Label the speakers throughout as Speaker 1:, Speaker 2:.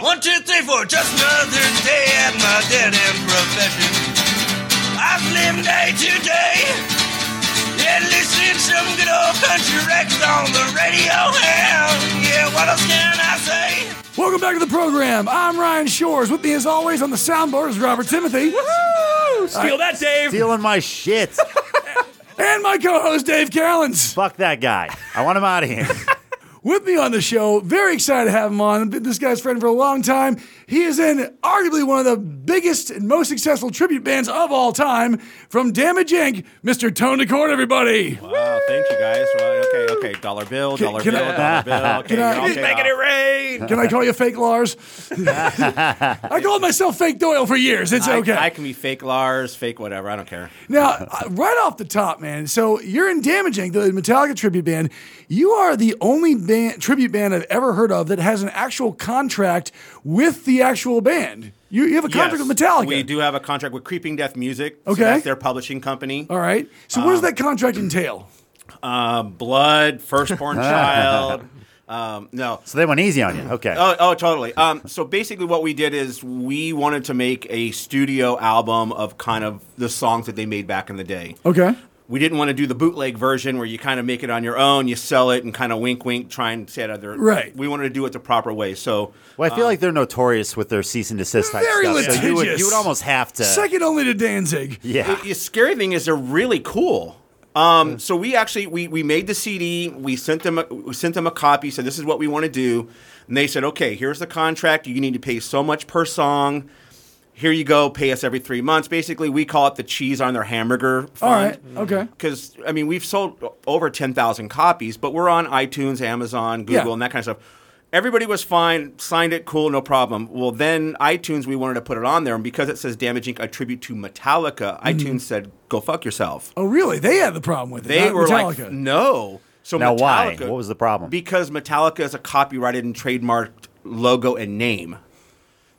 Speaker 1: One, two, three, four. Just another day at my dead end profession. I've lived day to day. Yeah, listen to some good old country records on the radio. And yeah, what else can I say?
Speaker 2: Welcome back to the program. I'm Ryan Shores. With me, as always, on the soundboard is Robert Timothy.
Speaker 3: Steal that, Dave.
Speaker 4: Stealing my shit.
Speaker 2: And my co host, Dave Callens.
Speaker 4: Fuck that guy. I want him out of here.
Speaker 2: With me on the show, very excited to have him on. I've been this guy's friend for a long time. He is in arguably one of the biggest and most successful tribute bands of all time from Damage Inc., Mr. Tone DeCord, everybody.
Speaker 3: Wow, thank you guys. Well, okay, okay. Dollar bill, dollar
Speaker 2: can
Speaker 3: bill,
Speaker 2: I-
Speaker 3: dollar bill. Okay,
Speaker 2: Can I-
Speaker 3: okay,
Speaker 2: He's
Speaker 3: making it rain.
Speaker 2: Can I call you Fake Lars? I called myself Fake Doyle for years. It's okay.
Speaker 3: I, I can be fake Lars, fake whatever. I don't care.
Speaker 2: Now, uh, right off the top, man. So you're in Damage Inc., the Metallica tribute band. You are the only band, tribute band I've ever heard of that has an actual contract with the actual band. You, you have a contract
Speaker 3: Yes,
Speaker 2: with Metallica.
Speaker 3: We do have a contract with Creeping Death Music. so
Speaker 2: Okay.
Speaker 3: that's their publishing company.
Speaker 2: All right. So
Speaker 3: Um,
Speaker 2: what does that contract entail?
Speaker 3: Uh, blood, firstborn child. Um, no.
Speaker 4: So they went easy on you. Okay.
Speaker 3: Oh, oh, totally. Um, so basically, what we did is we wanted to make a studio album of kind of the songs that they made back in the day.
Speaker 2: Okay.
Speaker 3: We didn't want to do the bootleg version where you kind of make it on your own, you sell it, and kind of wink, wink, try and say it other.
Speaker 2: Right.
Speaker 3: We wanted to do it the proper way. So
Speaker 4: Well, I feel like they're notorious with their cease and desist type
Speaker 2: Very
Speaker 4: stuff. So you would,
Speaker 2: litigious.
Speaker 4: you would almost have to.
Speaker 2: Second only to Danzig.
Speaker 4: yeah.
Speaker 3: the, the scary thing is they're really cool. Um, so we actually we, we made the CD. We sent them a, we sent them a copy. Said this is what we want to do, and they said, okay, here's the contract. You need to pay so much per song. Here you go. Pay us every three months. Basically, we call it the cheese on their hamburger.
Speaker 2: All
Speaker 3: Fund.
Speaker 2: right. Okay.
Speaker 3: Because I mean, we've sold o- over ten thousand copies, but we're on iTunes, Amazon, Google,
Speaker 2: Yeah.
Speaker 3: and that kind of stuff. Everybody was fine, signed it, cool, no problem. Well, then iTunes, we wanted to put it on there, and because it says "Damage Inc." a tribute to Metallica, iTunes said, "Go fuck yourself."
Speaker 2: Mm-hmm. Oh, really? They had the problem with it.
Speaker 3: They
Speaker 2: not
Speaker 3: were
Speaker 2: Metallica.
Speaker 3: like, "No." So
Speaker 4: Now, why?
Speaker 3: Metallica-
Speaker 4: What was the problem?
Speaker 3: Because Metallica is a copyrighted and trademarked logo and name.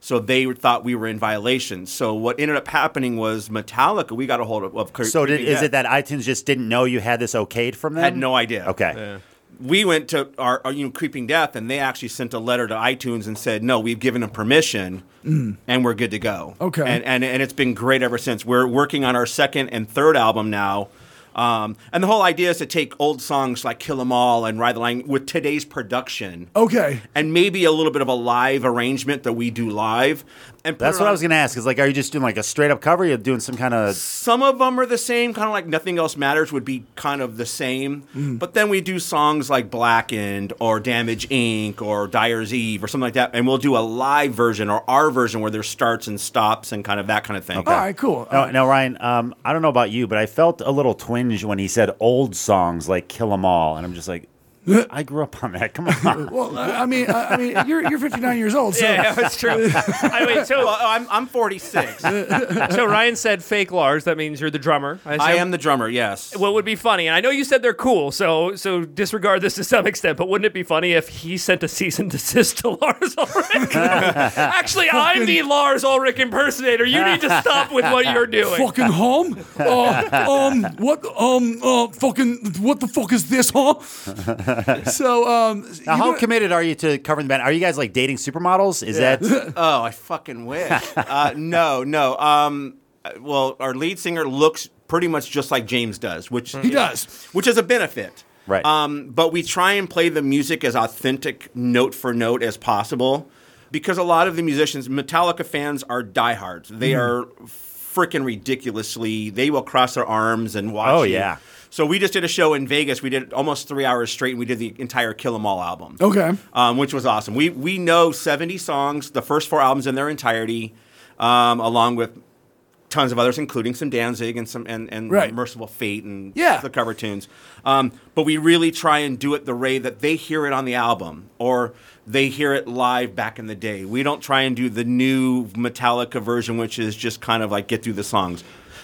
Speaker 3: So they thought we were in violation. So what ended up happening was Metallica. We got a hold of. of Cre-
Speaker 4: So did,
Speaker 3: Creeping
Speaker 4: is
Speaker 3: Death.
Speaker 4: it that iTunes just didn't know you had this okayed from them?
Speaker 3: Had no idea.
Speaker 4: Okay.
Speaker 3: Um, we went to our, our, you know creeping death and they actually sent a letter to itunes and said no we've given them permission
Speaker 4: Mm.
Speaker 3: and we're good to go
Speaker 2: Okay.
Speaker 3: and, and and it's been great ever since we're working on our second and third album now um, and the whole idea is to take old songs like kill 'em all and ride the line with today's production
Speaker 4: Oh.
Speaker 2: okay.
Speaker 3: and maybe a little bit of a live arrangement that we do live and put
Speaker 4: That's
Speaker 3: it
Speaker 4: what I
Speaker 3: on-
Speaker 4: was going to ask. Is like, are you just doing like a straight up cover? You're doing some kind of.
Speaker 3: some of them are the same, kind of like Nothing Else Matters would be kind of the same. But then we do songs like Blackened or Damage Inc. or Dyer's Eve or something like that, and we'll do a live version or our version where there's starts and stops and kind of that kind of thing.
Speaker 2: All right. Cool. Uh,
Speaker 4: No, now, Ryan, um, I don't know about you, but I felt a little twinge when he said old songs like Kill 'Em All. And I'm just like, I grew up on that. Come on.
Speaker 2: Well, I I mean, I I mean, you're you're 59 years old, so
Speaker 5: Yeah, that's true. I wait,
Speaker 3: Well,
Speaker 5: so
Speaker 3: Oh, I'm, I'm 46. I
Speaker 5: so Ryan said fake Lars. That means you're the drummer. assume-
Speaker 3: am the drummer, yes.
Speaker 5: What would be funny, and I know you said they're cool, so so disregard this to some extent. But wouldn't it be funny if he sent a cease and desist to Lars Ulrich? Actually, I'm the Lars Ulrich impersonator. You need to stop with what you're doing.
Speaker 2: fucking home. Uh, um, what? Um, uh, fucking what the fuck is this, huh? So, um,
Speaker 4: now,
Speaker 2: you
Speaker 4: how
Speaker 2: know-
Speaker 4: committed are you to covering the band? Are you guys like dating supermodels? Is that.
Speaker 3: Oh, I fucking wish. uh, no, no. Um, well, our lead singer looks pretty much just like James does, which
Speaker 2: he does.
Speaker 3: which is a benefit.
Speaker 4: Right.
Speaker 3: Um, but we try and play the music as authentic note for note as possible because a lot of the musicians, Metallica fans, are diehards. They
Speaker 4: Hmm.
Speaker 3: are freaking ridiculously, they will cross their arms and watch.
Speaker 4: Oh,
Speaker 3: you.
Speaker 4: yeah.
Speaker 3: So we just did a show in Vegas. We did almost three hours straight and we did the entire Kill 'Em All album
Speaker 2: Okay.
Speaker 3: um, which was awesome. We we know 70 songs, the first four albums in their entirety, um, along with tons of others, including some Danzig and some and, and
Speaker 2: Right.
Speaker 3: Merciful Fate and
Speaker 2: Yeah.
Speaker 3: the cover tunes. Um, but we really try and do it the way that they hear it on the album or they hear it live back in the day. We don't try and do the new Metallica version, which is just kind of like get through the songs.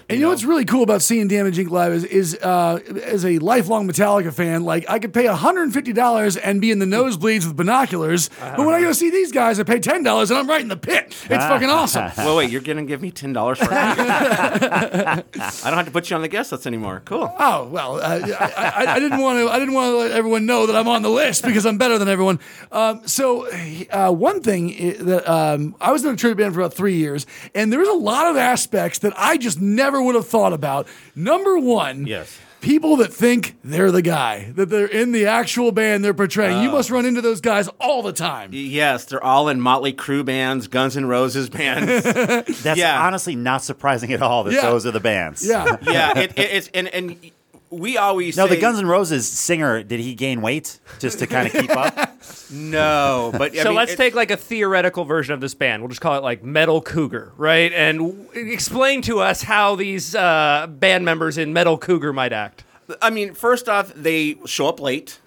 Speaker 2: And you know what's really cool about seeing Damage Inc. live is, is uh, as a lifelong Metallica fan, like I could pay $150 and be in the nosebleeds with binoculars, but when I go see these guys, I pay $10 and I'm right in the pit. It's fucking awesome.
Speaker 3: Well, wait, you're gonna give me ten dollars for it. I don't have to put you on the guest list anymore. Cool.
Speaker 2: Oh well, uh, I, I, I didn't want to. I didn't want to let everyone know that I'm on the list because I'm better than everyone. Um, so uh, one thing i- that um, I was in a tribute band for about three years, and there was a lot of aspects that I just never would have thought about. Number one,
Speaker 3: Yes.
Speaker 2: People that think they're the guy, that they're in the actual band they're portraying.
Speaker 3: Ah.
Speaker 2: You must run into those guys all the time.
Speaker 3: Yes, they're all in Motley Crue bands, Guns N' Roses bands.
Speaker 4: That's
Speaker 3: Yeah.
Speaker 4: honestly not surprising at all that
Speaker 2: Yeah.
Speaker 4: those are the bands.
Speaker 2: Yeah.
Speaker 3: yeah, it, it, it's and and we always
Speaker 4: Now, the
Speaker 3: say-
Speaker 4: Guns N' Roses singer, did he gain weight just to kind of keep up?
Speaker 3: no, but I
Speaker 5: so
Speaker 3: mean,
Speaker 5: let's
Speaker 3: it-
Speaker 5: take like a theoretical version of this band. We'll just call it like Metal Cougar, right? And w- explain to us how these uh, band members in Metal Cougar might act.
Speaker 3: I mean, first off, they show up late.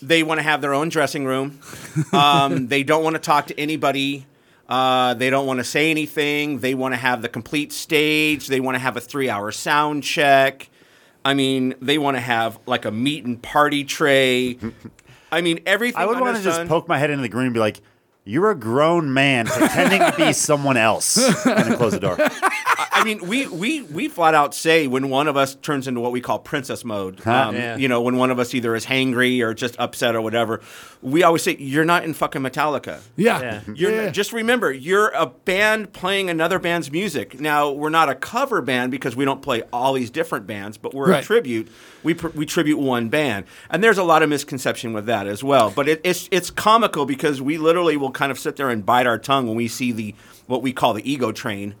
Speaker 3: they want to have their own dressing room. Um, they don't want to talk to anybody. Uh, they don't want to say anything. They want to have the complete stage. They want to have a three-hour sound check. I mean, they want to have like a meet and party tray. I mean, everything.
Speaker 4: I would
Speaker 3: under
Speaker 4: want to
Speaker 3: the
Speaker 4: just
Speaker 3: sun.
Speaker 4: poke my head into the green and be like, you're a grown man pretending to be someone else. And then close the door.
Speaker 3: I mean, we we we flat out say when one of us turns into what we call princess mode. Um,
Speaker 5: Yeah.
Speaker 3: You know, when one of us either is hangry or just upset or whatever, we always say, "You're not in fucking Metallica."
Speaker 2: Yeah.
Speaker 5: Yeah.
Speaker 3: You're
Speaker 2: Yeah.
Speaker 3: just remember, you're a band playing another band's music. Now we're not a cover band because we don't play all these different bands, but we're
Speaker 2: Right.
Speaker 3: a tribute. We pr- we tribute one band, and there's a lot of misconception with that as well. But it, it's it's comical because we literally will kind of sit there and bite our tongue when we see the what we call the ego train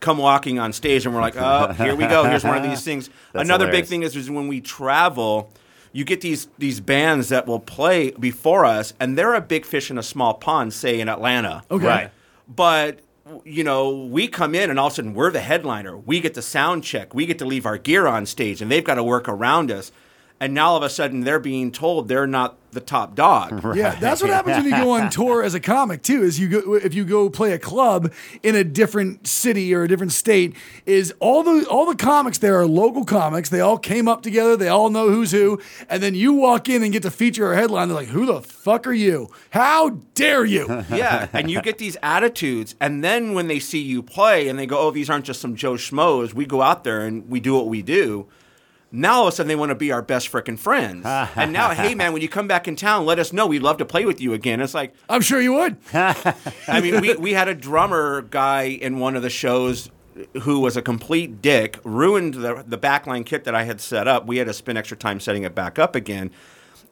Speaker 3: come walking on stage, and we're like, oh, here we go. Here's one of these things.
Speaker 4: That's
Speaker 3: Another big
Speaker 4: hilarious.
Speaker 3: thing is, is when we travel, you get these these bands that will play before us, and they're a big fish in a small pond, say in Atlanta.
Speaker 2: Okay. Right.
Speaker 3: But you know, we come in and all of a sudden we're the headliner. We get the sound check. We get to leave our gear on stage, and they've got to work around us. And now all of a sudden they're being told they're not the top dog.
Speaker 2: Yeah, that's what happens when you go on tour as a comic too. Is you go if you go play a club in a different city or a different state, is all the all the comics there are local comics. They all came up together. They all know who's who, and then you walk in and get to feature or headline. They're like, "Who the fuck are you? How dare you?"
Speaker 3: yeah, and you get these attitudes, and then when they see you play and they go, "Oh, these aren't just some Joe schmoes." We go out there and we do what we do. Now all of a sudden they want to be our best frickin' friends, and now, hey man, when you come back in town, let us know. We'd love to play with you again. It's like,
Speaker 2: I'm sure you would.
Speaker 3: I mean, we we had a drummer guy in one of the shows who was a complete dick, ruined the the backline kit that I had set up. We had to spend extra time setting it back up again,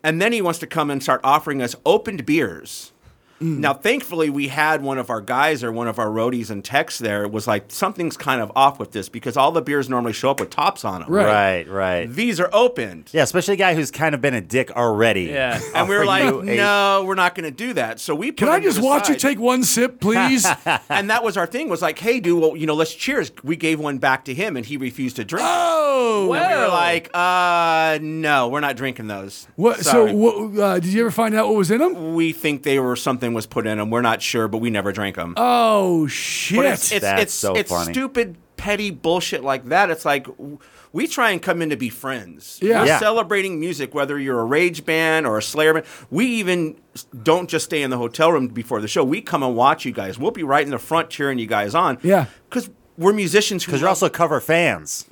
Speaker 3: and then he wants to come and start offering us opened beers.
Speaker 2: Mm.
Speaker 3: Now, thankfully, we had one of our guys or one of our roadies and techs there was like, something's kind of off with this because all the beers normally show up with tops on them.
Speaker 2: Right.
Speaker 4: Right, right.
Speaker 3: These are opened.
Speaker 4: Yeah, especially a guy who's kind of been a dick already.
Speaker 5: Yeah.
Speaker 3: And we were
Speaker 4: Offer
Speaker 3: like,
Speaker 4: you a-
Speaker 3: no, we're not going to do that. So we put
Speaker 2: Can I
Speaker 3: him to
Speaker 2: just
Speaker 3: the
Speaker 2: watch you
Speaker 3: side.
Speaker 2: take one sip, please?
Speaker 3: and that was our thing was like, hey, dude, well, you know, let's cheers. We gave one back to him, and he refused to drink. it.
Speaker 2: oh,
Speaker 3: And we were
Speaker 5: Whoa.
Speaker 3: like, uh, no, we're not drinking those.
Speaker 2: what?
Speaker 3: Sorry.
Speaker 2: So, what, uh, did you ever find out what was in them?
Speaker 3: we think they were something was put in them. We're not sure, but we never drank them.
Speaker 2: Oh
Speaker 3: But
Speaker 2: shit!
Speaker 3: it's it's
Speaker 4: That's
Speaker 3: it's,
Speaker 4: so
Speaker 3: it's
Speaker 4: funny.
Speaker 3: stupid, petty bullshit like that. It's like w- we try and come in to be friends.
Speaker 2: Yeah.
Speaker 3: We're
Speaker 4: Yeah.
Speaker 3: celebrating music, whether you're a rage band or a Slayer band. We even s- don't just stay in the hotel room before the show. We come and watch you guys. We'll be right in the front cheering you guys on.
Speaker 2: Yeah.
Speaker 3: because. We're musicians who
Speaker 4: Because you're
Speaker 3: love-
Speaker 4: also cover fans.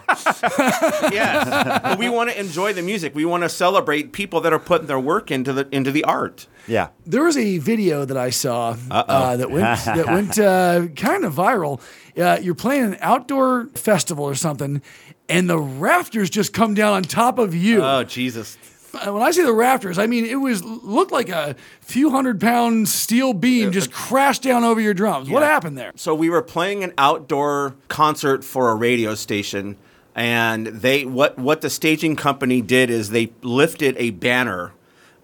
Speaker 3: yes. but we want to enjoy the music. We want to celebrate people that are putting their work into the into the art.
Speaker 4: Yeah.
Speaker 2: there was a video that I saw uh, that went that went uh, kind of viral. Uh, you're playing an outdoor festival or something, and the rafters just come down on top of you.
Speaker 3: Jesus!
Speaker 2: Uh, when I say the rafters, I mean it was looked like a few hundred pound steel beam just crashed down over your drums. What happened there?
Speaker 3: So we were playing an outdoor concert for a radio station, and they what what the staging company did is they lifted a banner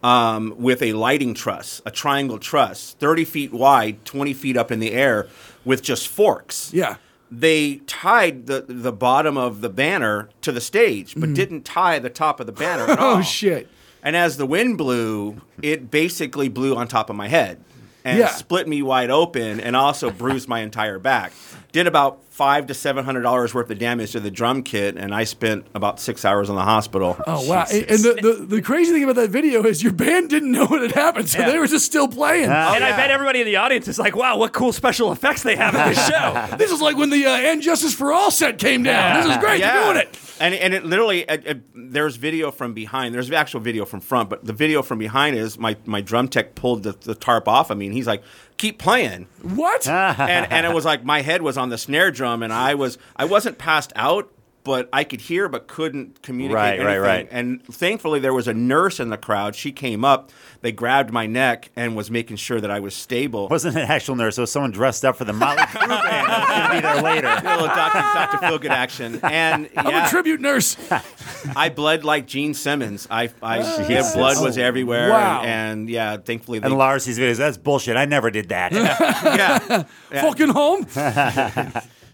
Speaker 3: um, with a lighting truss, a triangle truss, thirty feet wide, twenty feet up in the air, with just forks.
Speaker 2: Yeah.
Speaker 3: they tied the, the bottom of the banner to the stage, but didn't tie the top of the banner at all.
Speaker 2: Mm-hmm. Oh shit!
Speaker 3: And as the wind blew, it basically blew on top of my head. and
Speaker 2: Yeah.
Speaker 3: split me wide open and also bruised my entire back. Did about five to seven hundred dollars worth of damage to the drum kit, and I spent about six hours in the hospital.
Speaker 2: Oh wow! And- And the, the, the crazy thing about that video is your band didn't know what had happened, so
Speaker 5: Yeah. Uh.
Speaker 2: they were just still playing.
Speaker 4: Oh,
Speaker 5: and I bet everybody in the audience is like, wow, what cool special effects they have in this show.
Speaker 2: this is like when the uh, "And Justice for All" set came down. This is great.
Speaker 3: Yeah.
Speaker 2: You're doing it.
Speaker 3: And, and it literally, uh, uh, there's video from behind. There's actual video from front, but the video from behind is my, my drum tech pulled the, the tarp off. I mean, he's like, keep playing.
Speaker 2: What?
Speaker 3: and, and it was like my head was on the snare drum, and I was I wasn't passed out, but I could hear but couldn't
Speaker 4: Right,
Speaker 3: communicate.
Speaker 4: right,
Speaker 3: anything.
Speaker 4: right.
Speaker 3: And thankfully, there was a nurse in the crowd. She came up, they grabbed my neck, and was making sure that I was stable.
Speaker 4: Wasn't an actual nurse. It was someone dressed up for the Motley Crue band. that's gonna be there later.
Speaker 3: Little Dr. Dr. Feelgood action, and
Speaker 4: Oh,
Speaker 2: I'm
Speaker 3: yeah,
Speaker 2: a tribute nurse.
Speaker 3: I bled like Gene Simmons. I, I yeah,
Speaker 4: Oh, Jesus.
Speaker 3: blood was everywhere,
Speaker 2: Wow.
Speaker 3: and, and, yeah, thankfully, they,
Speaker 4: And Lars sees videos. That's bullshit. I never did that.
Speaker 3: yeah, yeah.
Speaker 2: Fucking home.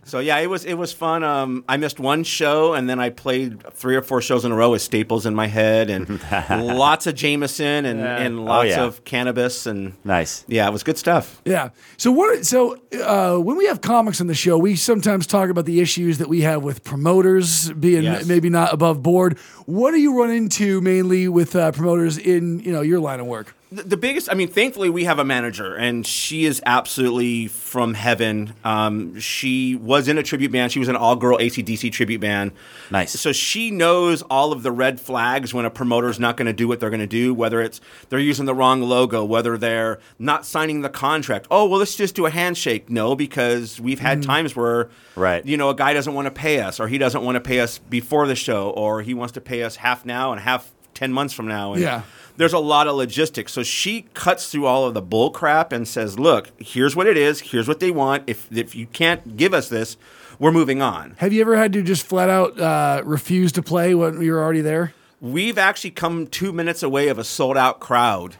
Speaker 3: So yeah, it was it was fun. Um, I missed one show, and then I played three or four shows in a row with staples in my head, and lots of Jameson, and, and lots
Speaker 4: yeah.
Speaker 3: of cannabis, and
Speaker 4: nice.
Speaker 3: yeah, it was good stuff.
Speaker 2: Yeah. So what? So uh, when we have comics on the show, we sometimes talk about the issues that we have with promoters being
Speaker 3: Yes.
Speaker 2: maybe not above board. What do you run into mainly with uh, promoters in you know your line of work?
Speaker 3: the the biggest i mean thankfully we have a manager and she is absolutely from heaven um, she was in a tribute band she was an all-girl acdc tribute band
Speaker 4: Nice.
Speaker 3: so she knows all of the red flags when a promoter's not going to do what they're going to do whether it's they're using the wrong logo whether they're not signing the contract oh well let's just do a handshake no because we've had times where
Speaker 4: Mm. Right.
Speaker 3: you know a guy doesn't want to pay us or he doesn't want to pay us before the show or he wants to pay us half now and half 10 months from now and
Speaker 2: Yeah.
Speaker 3: there's a lot of logistics. So she cuts through all of the bull crap and says, "Look, here's what it is. Here's what they want. If if you can't give us this, we're moving on."
Speaker 2: Have you ever had to just flat out uh, refuse to play when you were already there?
Speaker 3: We've actually come 2 minutes away of a sold-out crowd.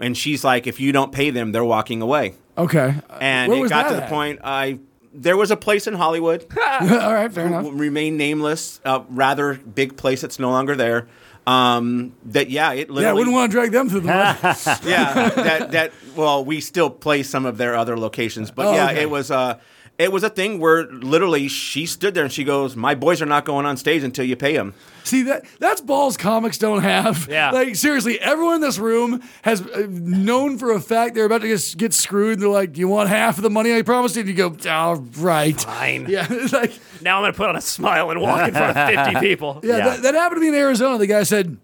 Speaker 3: And she's like, "If you don't pay them, they're walking away."
Speaker 2: Okay.
Speaker 3: And
Speaker 2: Where
Speaker 3: it
Speaker 2: was
Speaker 3: got
Speaker 2: that
Speaker 3: to the
Speaker 2: at?
Speaker 3: point I there was a place in Hollywood
Speaker 2: All right, fair enough.
Speaker 3: will remain nameless, a rather big place that's no longer there. Um, that yeah, it literally
Speaker 2: Yeah, I wouldn't want to drag them through the mud.
Speaker 3: yeah, that that well, we still play some of their other locations, but
Speaker 2: Oh,
Speaker 3: yeah,
Speaker 2: okay.
Speaker 3: it was uh it was a thing where literally she stood there and she goes, "My boys are not going on stage until you pay them."
Speaker 2: See that that's balls comics don't have.
Speaker 5: Yeah.
Speaker 2: Like seriously, everyone in this room has uh, known for a fact they're about to get, get screwed. They're like, "You want half of the money I promised?" you?" And you go, "All right."
Speaker 5: Fine.
Speaker 2: Yeah. It's like
Speaker 5: Now I'm going to put on a smile and walk in front of 50 people.
Speaker 2: yeah,
Speaker 4: Yeah.
Speaker 2: That, that happened to me in Arizona. The guy said.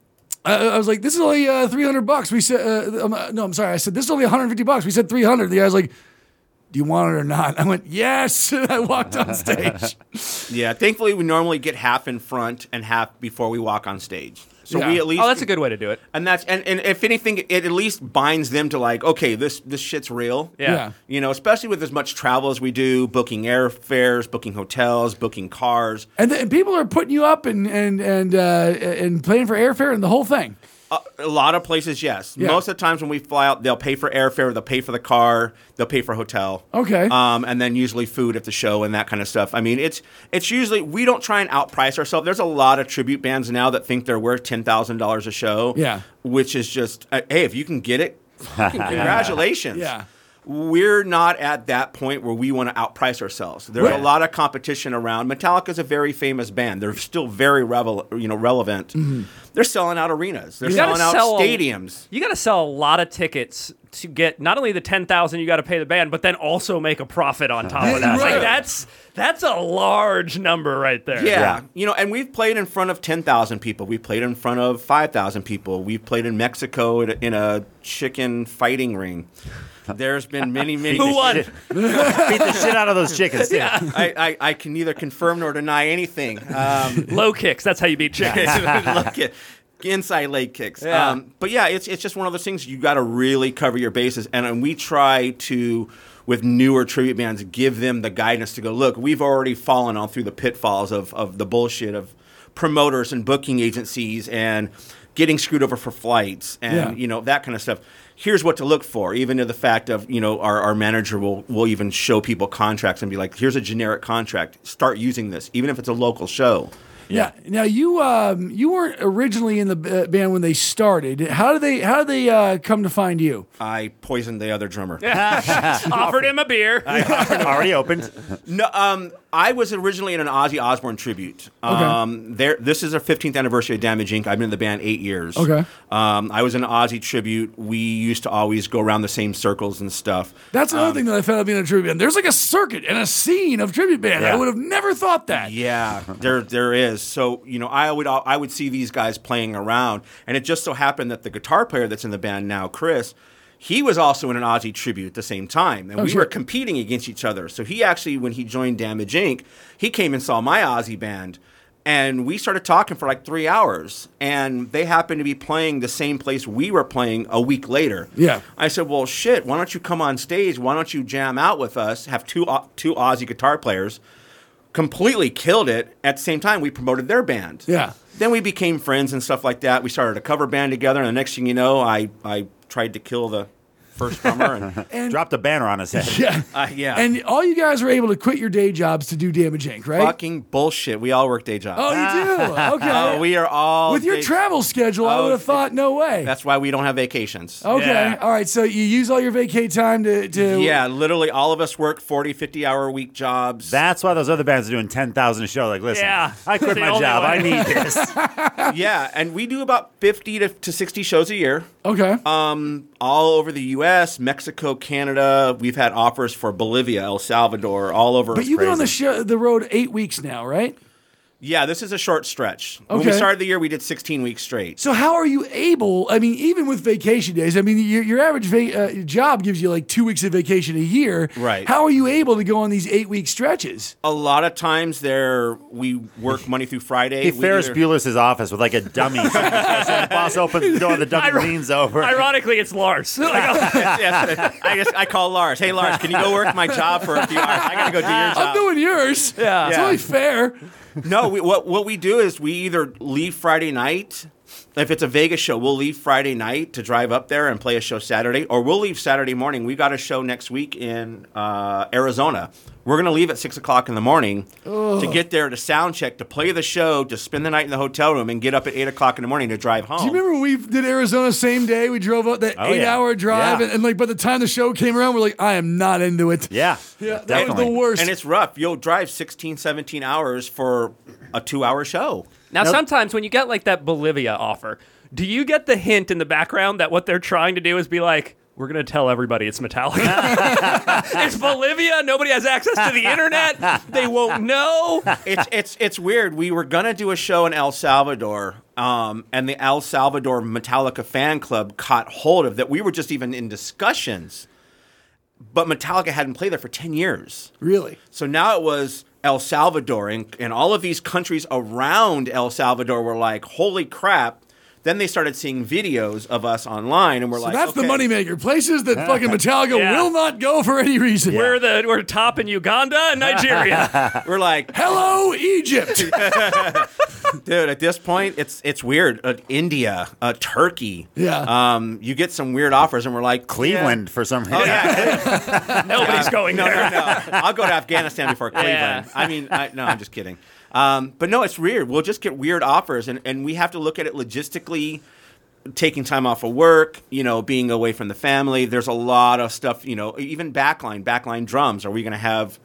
Speaker 2: I I was like, this is only uh, 300 bucks. We said, uh, um, uh, no, I'm sorry. I said, this is only 150 bucks. We said 300. The guy's like, do you want it or not? I went, yes. And I walked on stage.
Speaker 3: Yeah, thankfully we normally get half in front and half before we walk on stage. So
Speaker 2: Yeah.
Speaker 3: we at least
Speaker 5: Oh, that's a good way to do it.
Speaker 3: and that's and, and if anything, it at least binds them to like, okay, this this shit's real.
Speaker 5: Yeah.
Speaker 2: Yeah.
Speaker 3: You know, especially with as much travel as we do, booking airfares, booking hotels, booking cars.
Speaker 2: And, th- and people are putting you up and, and, and, uh, and paying for airfare and the whole thing.
Speaker 3: A, Uh, a lot of places, yes.
Speaker 2: Yeah.
Speaker 3: Most of the times when we fly out, they'll pay for airfare, they'll pay for the car, they'll pay for hotel.
Speaker 2: Okay.
Speaker 3: Um, and then usually food at the show and that kind of stuff. I mean, it's it's usually we don't try and outprice ourselves. There's a lot of tribute bands now that think they're worth ten thousand dollars a show.
Speaker 2: Yeah.
Speaker 3: Which is just uh, hey, if you can get it, fucking congratulations.
Speaker 2: Yeah.
Speaker 3: We're not at that point where we want to outprice ourselves. There's
Speaker 2: Right.
Speaker 3: a lot of competition around. Metallica's a very famous band. They're still very revel, you know, relevant. They're selling out arenas. They're
Speaker 5: Mm-hmm. You gotta
Speaker 3: selling out
Speaker 5: sell a-
Speaker 3: stadiums.
Speaker 5: You got to sell a lot of tickets to get not only the ten thousand you got to pay the band, but then also make a profit on top
Speaker 2: Yeah,
Speaker 5: of that.
Speaker 2: right.
Speaker 5: Like that's that's a large number right there.
Speaker 3: Yeah.
Speaker 4: Yeah.
Speaker 3: You know, and we've played in front of 10,000 people. We've played in front of 5,000 people. We've played in Mexico in a, in a chicken fighting ring. There's been many, many.
Speaker 5: Who won?
Speaker 4: Beat the shit out of those chickens. Too. Yeah.
Speaker 3: I, I, I can neither confirm nor deny anything. Um,
Speaker 5: Low kicks. That's how you beat chickens.
Speaker 3: look at- inside leg kicks.
Speaker 5: Yeah.
Speaker 3: Um, but yeah, it's, it's just one of those things you got to really cover your bases. And, and we try to, with newer tribute bands, give them the guidance to go, look, we've already fallen all through the pitfalls of, of the bullshit of promoters and booking agencies and getting screwed over for flights and
Speaker 2: Yeah.
Speaker 3: you know that kind of stuff here's what to look for even to the fact of you know our, our manager will will even show people contracts and be like here's a generic contract start using this even if it's a local show
Speaker 2: Yeah. Now you um, you weren't originally in the b- uh, band when they started. How did they How did they uh, come to find you?
Speaker 3: I poisoned the other drummer.
Speaker 5: Offered him a beer.
Speaker 4: Already opened.
Speaker 3: No, um, I was originally in an Ozzy Osbourne tribute. Um, there, this is our 15th anniversary of Damage Inc. I've been in the band eight years.
Speaker 2: Okay.
Speaker 3: Um, I was in an Ozzy tribute. We used to always go around the same circles and stuff.
Speaker 2: That's
Speaker 3: Um,
Speaker 2: another thing that I found out being a tribute band. There's like a circuit and a scene of tribute band. I
Speaker 4: Yeah.
Speaker 2: would have never thought that.
Speaker 3: Yeah, there there is. So you know, I would I would see these guys playing around, and it just so happened that the guitar player that's in the band now, Chris, he was also in an Ozzy tribute at the same time, and we
Speaker 2: Oh, sure.
Speaker 3: were competing against each other. So he actually, when he joined Damage Inc., he came and saw my Ozzy band. And we started talking for like three hours, and they happened to be playing the same place we were playing a week later.
Speaker 2: Yeah.
Speaker 3: I said, "Well, shit. Why don't you come on stage? Why don't you jam out with us? Have two uh, two Aussie guitar players." completely killed it. At the same time, we promoted their band.
Speaker 2: Yeah.
Speaker 3: Then we became friends and stuff like that. We started a cover band together, and the next thing you know, I, I tried to kill the first drummer. And,
Speaker 2: And,
Speaker 4: Dropped a banner on his head.
Speaker 2: yeah.
Speaker 3: uh, yeah.
Speaker 2: And all you guys were able to quit your day jobs to do Damage Inc., right?
Speaker 3: fucking bullshit. We all work day jobs.
Speaker 2: Oh, you do? Okay.
Speaker 3: Uh, we are all
Speaker 2: With your
Speaker 3: day-
Speaker 2: travel schedule, I
Speaker 3: Oh,
Speaker 2: would have thought, no way.
Speaker 3: That's why we don't have vacations.
Speaker 2: okay.
Speaker 4: Yeah.
Speaker 2: All right. So you use all your vacay time to. to
Speaker 3: Yeah, literally all of us work 40, 50 hour week jobs.
Speaker 4: That's why those other bands are doing 10,000 a show. Like, listen,
Speaker 5: Yeah.
Speaker 4: I quit
Speaker 5: The
Speaker 4: my
Speaker 5: only
Speaker 4: job.
Speaker 5: way.
Speaker 4: I need this.
Speaker 3: yeah, and we do about 50 to, to 60 shows a year.
Speaker 2: Okay.
Speaker 3: um, all over the U.S., Mexico, Canada. We've had offers for Bolivia, El Salvador, all over.
Speaker 2: but
Speaker 3: It's
Speaker 2: you've been on the
Speaker 3: crazy.
Speaker 2: show, the road eight weeks now, right?
Speaker 3: yeah, this is a short stretch. When we
Speaker 2: Okay.
Speaker 3: started the year, we did 16 weeks straight.
Speaker 2: So how are you able? I mean, even with vacation days, I mean, your, your average va- uh, job gives you like two weeks of vacation a year.
Speaker 3: Right.
Speaker 2: How are you able to go on these eight week stretches?
Speaker 3: A lot of times, there we work Monday through Friday.
Speaker 4: Hey,
Speaker 3: We
Speaker 4: Ferris
Speaker 3: either-
Speaker 4: Bueller's his office with like a dummy. So the boss opens the door, the dummy leans over.
Speaker 5: Ironically, it's Lars. Like,
Speaker 3: Yes, I just I call Lars. Hey, Lars, can you go work my job for a few hours? I gotta go do your
Speaker 2: I'm
Speaker 3: job.
Speaker 2: doing yours. Yeah. It's
Speaker 3: Uh, Yeah.
Speaker 2: only fair.
Speaker 3: No, we, what what we do is we either leave Friday night. If it's a Vegas show, we'll leave Friday night to drive up there and play a show Saturday, or we'll leave Saturday morning. We got a show next week in uh, Arizona. We're gonna leave at six o'clock in the morning to get there to sound check, to play the show, to spend the night in the hotel room, and get up at eight o'clock in the morning to drive home.
Speaker 2: Do you remember when we did Arizona same day? We drove up that
Speaker 4: Oh, yeah.
Speaker 2: eight hour drive,
Speaker 4: Yeah.
Speaker 2: and, and like by the time the show came around, we're like, I am not into it.
Speaker 4: Yeah.
Speaker 2: Yeah, that was
Speaker 4: definitely.
Speaker 2: the worst.
Speaker 3: And it's rough. You'll drive 16, 17 hours for a two-hour show.
Speaker 5: now, sometimes when you get like that Bolivia offer, do you get the hint in the background that what they're trying to do is be like, we're gonna tell everybody it's Metallica. it's Bolivia. Nobody has access to the internet. They won't know.
Speaker 3: it's it's it's weird. We were gonna do a show in El Salvador, um, and the El Salvador Metallica fan club caught hold of that. We were just even in discussions, but Metallica hadn't played there for ten years.
Speaker 2: really.
Speaker 3: So now it was El Salvador, and, and all of these countries around El Salvador were like, "Holy crap!" Then they started seeing videos of us online, and we're
Speaker 2: So
Speaker 3: like,
Speaker 2: that's
Speaker 3: okay.
Speaker 2: the moneymaker. Places that fucking Metallica
Speaker 5: Yeah.
Speaker 2: will not go for any reason.
Speaker 5: We're the we're top in Uganda and Nigeria.
Speaker 3: We're like,
Speaker 2: Hello, Egypt.
Speaker 3: dude at this point it's it's weird uh, india uh, turkey
Speaker 2: Yeah.
Speaker 3: um, you get some weird offers and we're like
Speaker 4: Cleveland for some reason.
Speaker 3: yeah.
Speaker 5: Nobody's going
Speaker 3: no
Speaker 5: there.
Speaker 3: no no i'll go to afghanistan before cleveland
Speaker 5: Yeah.
Speaker 3: i mean I, no i'm just kidding um, but no it's weird we'll just get weird offers and, and we have to look at it logistically taking time off of work you know being away from the family there's a lot of stuff you know even backline backline drums are we going to have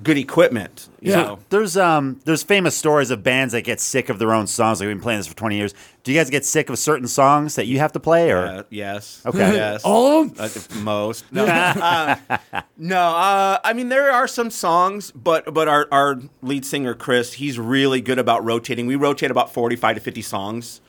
Speaker 3: good equipment you
Speaker 2: Yeah.
Speaker 3: know?
Speaker 4: There's um there's famous stories of bands that get sick of their own songs. Like we've been playing this for 20 years. Do you guys get sick of certain songs that you have to play or
Speaker 3: Uh, yes.
Speaker 4: Okay.
Speaker 3: Yes.
Speaker 2: All of 'em?
Speaker 3: Uh, if- most. No. Uh, no. Uh, I mean, there are some songs, but but our our lead singer Chris, he's really good about rotating. We rotate about forty five to fifty songs.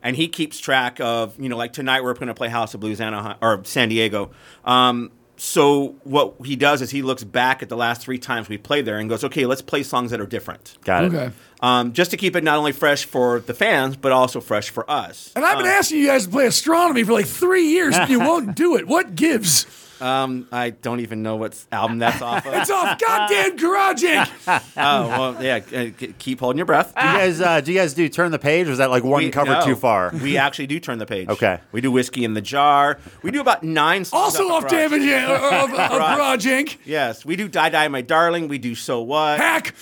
Speaker 3: And he keeps track of, you know, like tonight we're going to play House of Blues Anaheim or San Diego. Um, so what he does is he looks back at the last three times we played there and goes, okay, let's play songs that are different,
Speaker 4: Got it.
Speaker 2: okay.
Speaker 3: um, just to keep it not only fresh for the fans but also fresh for us.
Speaker 2: And I've been asking you guys to play astronomy for like three years, and you won't do it. What gives?
Speaker 3: Um, I don't even know what album that's off of.
Speaker 2: It's off goddamn Garage Inc.
Speaker 3: Oh well, yeah. uh, k- Keep holding your breath.
Speaker 4: Do you guys, uh, do you guys do turn the page? Or is that like one
Speaker 3: Ah. We-
Speaker 4: cover
Speaker 3: no,
Speaker 4: too far?
Speaker 3: We actually do turn the page.
Speaker 4: Okay.
Speaker 3: We do whiskey in the jar. We do about nine. songs
Speaker 2: Also off
Speaker 3: out the garage.
Speaker 2: Damage Inc. Or, or, of, of Garage Inc.
Speaker 3: Yes, we do. Die, die, my darling. We do. So what?
Speaker 2: Hack.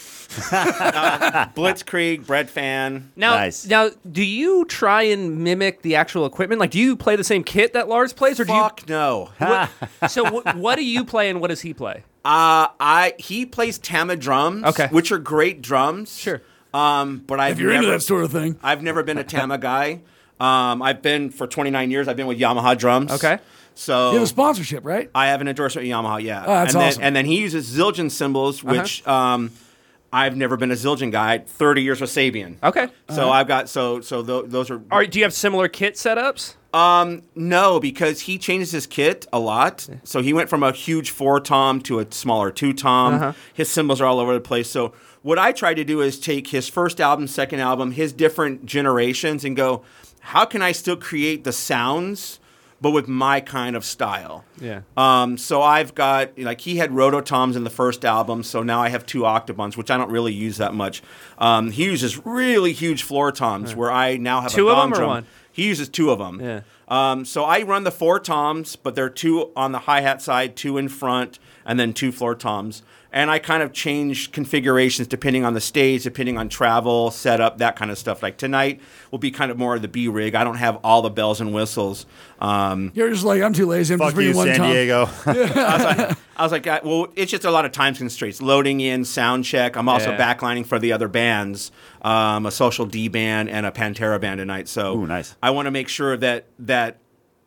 Speaker 3: Blitzkrieg, Bread Fan.
Speaker 5: Now,
Speaker 4: Nice.
Speaker 5: now, do you try and mimic the actual equipment? Like, do you play the same kit that Lars plays, or do
Speaker 3: Fuck no.
Speaker 5: you? What, so, wh- what do you play and what does he play?
Speaker 3: Uh, I he plays Tama drums.
Speaker 5: Okay.
Speaker 3: Which are great drums.
Speaker 5: Sure.
Speaker 3: Um, but I've
Speaker 2: If you're
Speaker 3: never,
Speaker 2: into that sort of thing.
Speaker 3: I've never been a Tama guy. Um, I've been for 29 years. I've been with Yamaha drums.
Speaker 5: Okay.
Speaker 3: So
Speaker 2: You have a sponsorship, right?
Speaker 3: I have an endorsement at Yamaha, yeah.
Speaker 2: Oh, that's
Speaker 3: and then,
Speaker 2: awesome.
Speaker 3: And then he uses Zildjian cymbals, which um, I've never been a Zildjian guy. Thirty years with Sabian.
Speaker 5: Okay.
Speaker 3: So I've got so so th- those are
Speaker 5: Are do you have similar kit setups?
Speaker 3: no because he changes his kit a lot. So he went from a huge four tom to a smaller two tom. His cymbals are all over the place. So what I try to do is take his first album, second album, his different generations, and go, how can I still create the sounds? But with my kind of style,
Speaker 5: Yeah.
Speaker 3: um, so I've got like he had rototoms in the first album, so now I have two octobons, which I don't really use that much. Um, he uses really huge floor toms, where I now have
Speaker 5: Two
Speaker 3: a
Speaker 5: of
Speaker 3: gong
Speaker 5: them or
Speaker 3: drum.
Speaker 5: one?
Speaker 3: He uses two of them.
Speaker 5: Yeah.
Speaker 3: Um, so I run the four toms, but there are two on the hi hat side, two in front, and then two floor toms. And I kind of change configurations depending on the stage, depending on travel, setup, that kind of stuff. Like tonight will be kind of more of the B rig. I don't have all the bells and whistles. Um,
Speaker 2: You're just like, I'm too lazy. I'm just
Speaker 4: Fuck you,
Speaker 2: bringing one
Speaker 4: San
Speaker 2: time.
Speaker 4: Diego.
Speaker 3: I was like, I, well, it's just a lot of time constraints. Loading in, sound check. I'm also
Speaker 5: Yeah.
Speaker 3: backlining for the other bands, um, a Social D band and a Pantera band tonight. So,
Speaker 4: Ooh, nice.
Speaker 3: I want to make sure that that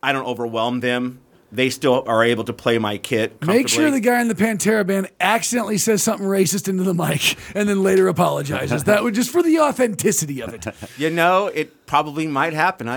Speaker 3: I don't overwhelm them. They still are able to play my kit.
Speaker 2: Make sure the
Speaker 3: comfortably.
Speaker 2: guy in the Pantera band accidentally says something racist into the mic and then later apologizes. that would just for the authenticity of it.
Speaker 3: you know it probably might happen. I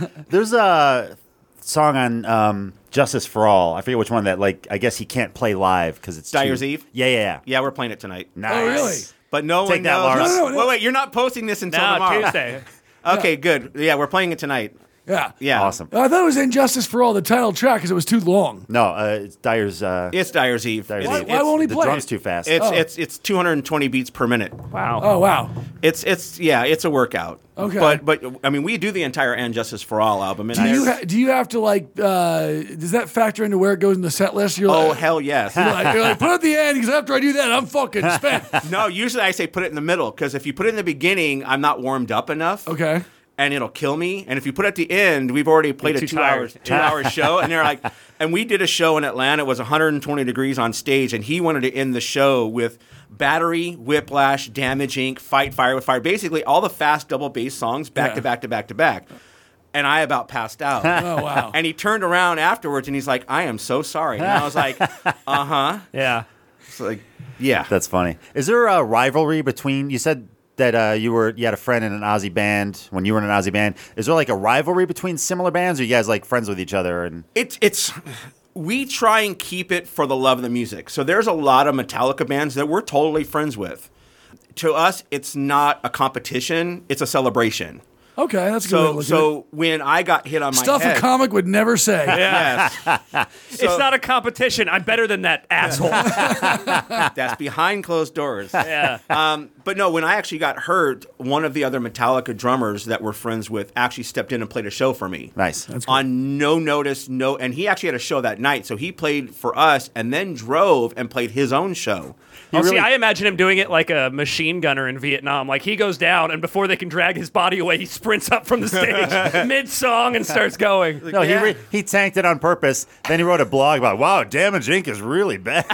Speaker 3: know.
Speaker 4: There's a song on um, Justice for All. I forget which one that like I guess he can't play live because it's
Speaker 3: Dyer's
Speaker 4: too-
Speaker 3: Eve?
Speaker 4: Yeah, yeah, yeah.
Speaker 3: yeah, we're playing it tonight.
Speaker 4: Nice.
Speaker 2: Oh, really?
Speaker 3: But no
Speaker 4: Take
Speaker 3: one
Speaker 4: that,
Speaker 3: knows.
Speaker 4: Lars.
Speaker 2: No, no, no.
Speaker 3: Wait, wait, you're not posting this until
Speaker 5: Nah,
Speaker 3: tomorrow.
Speaker 5: Tuesday.
Speaker 3: Okay, good. Yeah, we're playing it tonight.
Speaker 2: Yeah.
Speaker 3: Yeah,
Speaker 4: Awesome.
Speaker 2: I thought it was Injustice for All, the title track, because it was too long.
Speaker 4: No, uh, it's Dyer's. Uh,
Speaker 3: It's Dyer's Eve.
Speaker 4: Dyer's
Speaker 2: Why-
Speaker 4: Eve.
Speaker 2: why won't he
Speaker 4: the
Speaker 2: play
Speaker 4: drums
Speaker 2: it?
Speaker 4: too fast.
Speaker 3: It's it's it's 220 beats per minute.
Speaker 5: Wow.
Speaker 2: Oh, wow.
Speaker 3: It's it's yeah, it's a workout.
Speaker 2: Okay.
Speaker 3: But but I mean, we do the entire "And Justice for All" album. And
Speaker 2: Do you,
Speaker 3: there's-
Speaker 2: ha- do you have to, like, uh, does that factor into where it goes in the set list? You're
Speaker 3: oh
Speaker 2: like,
Speaker 3: hell yes.
Speaker 2: You're like, you're like, put it at the end, because after I do that, I'm fucking spent.
Speaker 3: no, usually I say put it in the middle because if you put it in the beginning, I'm not warmed up enough.
Speaker 2: Okay.
Speaker 3: And it'll kill me. And if you put it at the end, we've already played
Speaker 5: You're
Speaker 3: a
Speaker 5: too
Speaker 3: two
Speaker 5: tired.
Speaker 3: hours two hour show, and they're like, and we did a show in Atlanta. It was 120 degrees on stage, and he wanted to end the show with Battery, Whiplash, Damage Inc., Fight Fire with Fire, basically all the fast double bass songs back
Speaker 2: Yeah.
Speaker 3: to back to back to back. And I about passed out.
Speaker 2: Oh, wow.
Speaker 3: And he turned around afterwards and he's like, I am so sorry. And I was like, uh huh.
Speaker 5: Yeah.
Speaker 3: It's like, yeah.
Speaker 4: That's funny. Is there a rivalry between? You said that uh, you were you had a friend in an Aussie band when you were in an Aussie band. Is there like a rivalry between similar bands? Or you guys like friends with each other? And
Speaker 3: it's, it's, we try and keep it for the love of the music. So there's a lot of Metallica bands that we're totally friends with. To us, it's not a competition, it's a celebration.
Speaker 2: Okay, that's a good. way to
Speaker 3: So,
Speaker 2: look at it.
Speaker 3: so when I got hit on my
Speaker 2: stuff
Speaker 3: head,
Speaker 2: a comic would never say.
Speaker 3: yes,
Speaker 5: it's not a competition. I'm better than that asshole.
Speaker 3: that's behind closed doors.
Speaker 5: yeah.
Speaker 3: Um, but no, when I actually got hurt, one of the other Metallica drummers that we're friends with actually stepped in and played a show for me.
Speaker 4: Nice. That's
Speaker 2: cool.
Speaker 3: On no notice, no, and he actually had a show that night, so he played for us and then drove and played his own show.
Speaker 5: Oh, see,
Speaker 4: really-
Speaker 5: I imagine him doing it like a machine gunner in Vietnam. Like he goes down, and before they can drag his body away, he sprints up from the stage mid song and starts going.
Speaker 4: no,
Speaker 3: yeah.
Speaker 4: he re- he tanked it on purpose. Then he wrote a blog about wow, Damage Inc. is really bad.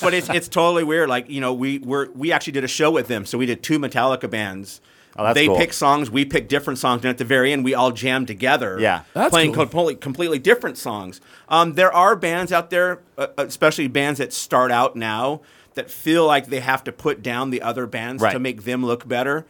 Speaker 3: But it's it's totally weird. Like you know, we were we actually did a show with them, so we did two Metallica bands.
Speaker 4: Oh, that's
Speaker 3: they
Speaker 4: cool.
Speaker 3: picked songs, we picked different songs, and at the very end, we all jammed together.
Speaker 4: Yeah.
Speaker 2: That's
Speaker 3: playing
Speaker 2: cool.
Speaker 3: completely, completely different songs. Um, there are bands out there, uh, especially bands that start out now, that feel like they have to put down the other bands
Speaker 4: Right.
Speaker 3: to make them look better.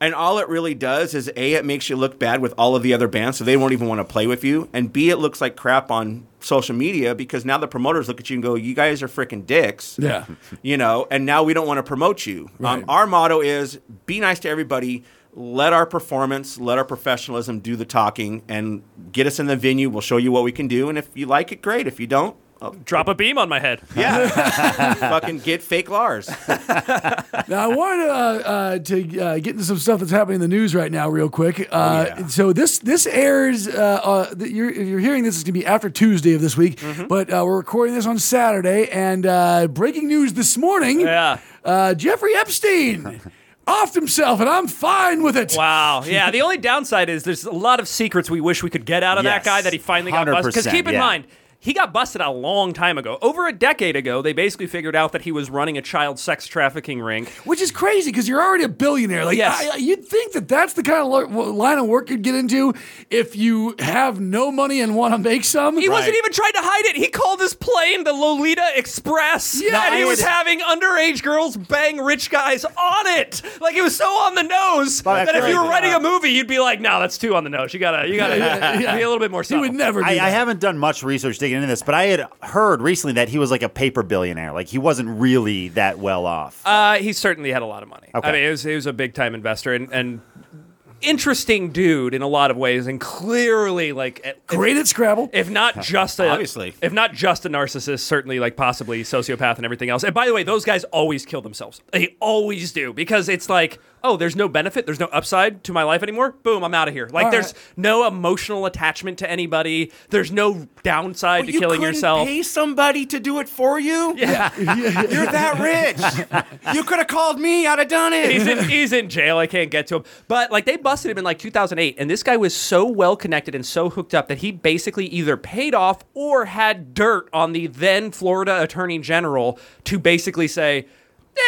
Speaker 3: And all it really does is a it makes you look bad with all of the other bands, so they won't even want to play with you. And b it looks like crap on social media because now the promoters look at you and go, "You guys are freaking dicks."
Speaker 2: Yeah.
Speaker 3: you know, and now we don't want to promote you. Um, our motto is be nice to everybody. let our performance, let our professionalism do the talking, and get us in the venue. We'll show you what we can do, and if you like it, great. If you don't, oh,
Speaker 5: Drop a beam on my head.
Speaker 3: yeah, fucking get fake Lars.
Speaker 2: Now I wanted to, uh, uh, to uh, get into some stuff that's happening in the news right now, real quick.
Speaker 5: Oh,
Speaker 2: Uh,
Speaker 3: yeah.
Speaker 2: So this this airs. Uh, uh, th- you're, if you're hearing this, it's gonna be after Tuesday of this week,
Speaker 5: Mm-hmm.
Speaker 2: but uh, we're recording this on Saturday. And uh, breaking news this morning:
Speaker 5: Yeah.
Speaker 2: uh, Jeffrey Epstein offed himself, and I'm fine with it.
Speaker 5: Wow. Yeah. The only downside is there's a lot of secrets we wish we could get out of
Speaker 4: Yes.
Speaker 5: that guy that he finally got busted. Because
Speaker 4: 100%,
Speaker 5: keep in
Speaker 4: yeah.
Speaker 5: mind, he got busted a long time ago. Over a decade ago, they basically figured out that he was running a child sex trafficking ring.
Speaker 2: Which is crazy because you're already a billionaire. Like,
Speaker 5: Yes.
Speaker 2: I- I- you'd think that that's the kind of lo- w- line of work you'd get into if you have no money and want to make some.
Speaker 5: He wasn't even trying to hide it. He called his plane the Lolita Express.
Speaker 2: Yeah,
Speaker 5: and
Speaker 2: I
Speaker 5: he was
Speaker 2: would-
Speaker 5: having underage girls bang rich guys on it. Like it was so on the nose
Speaker 4: But I
Speaker 5: that if
Speaker 4: feel
Speaker 5: you were
Speaker 4: like-
Speaker 5: writing a movie, you'd be like, "No, that's too on the nose. You gotta, you gotta
Speaker 2: Yeah, yeah.
Speaker 5: be a little bit more
Speaker 2: He
Speaker 5: subtle."
Speaker 2: would never. Do
Speaker 4: I,
Speaker 2: that.
Speaker 4: I haven't done much research digging into this, but I had heard recently that he was like a paper billionaire. Like he wasn't really that well off.
Speaker 5: Uh, he certainly had a lot of money.
Speaker 4: Okay.
Speaker 5: I mean, he was, he was a big time investor and, and interesting dude in a lot of ways, and clearly like at-
Speaker 2: Great at Scrabble.
Speaker 5: If not just a,
Speaker 3: Obviously.
Speaker 5: if not just a narcissist, certainly like possibly sociopath and everything else. And by the way, those guys always kill themselves. They always do because it's like, oh, there's no benefit, there's no upside to my life anymore. Boom, I'm out of here. Like
Speaker 2: All
Speaker 5: there's
Speaker 2: right.
Speaker 5: no emotional attachment to anybody. There's no downside to
Speaker 3: you
Speaker 5: killing
Speaker 3: couldn't
Speaker 5: yourself.
Speaker 3: Pay somebody to do it for you.
Speaker 5: yeah.
Speaker 3: You're that rich. you could have called me. I'd have done it.
Speaker 5: he's in he's in jail. I can't get to him. But like they busted him in like 2008, and this guy was so well connected and so hooked up that he basically either paid off or had dirt on the then Florida Attorney General to basically say.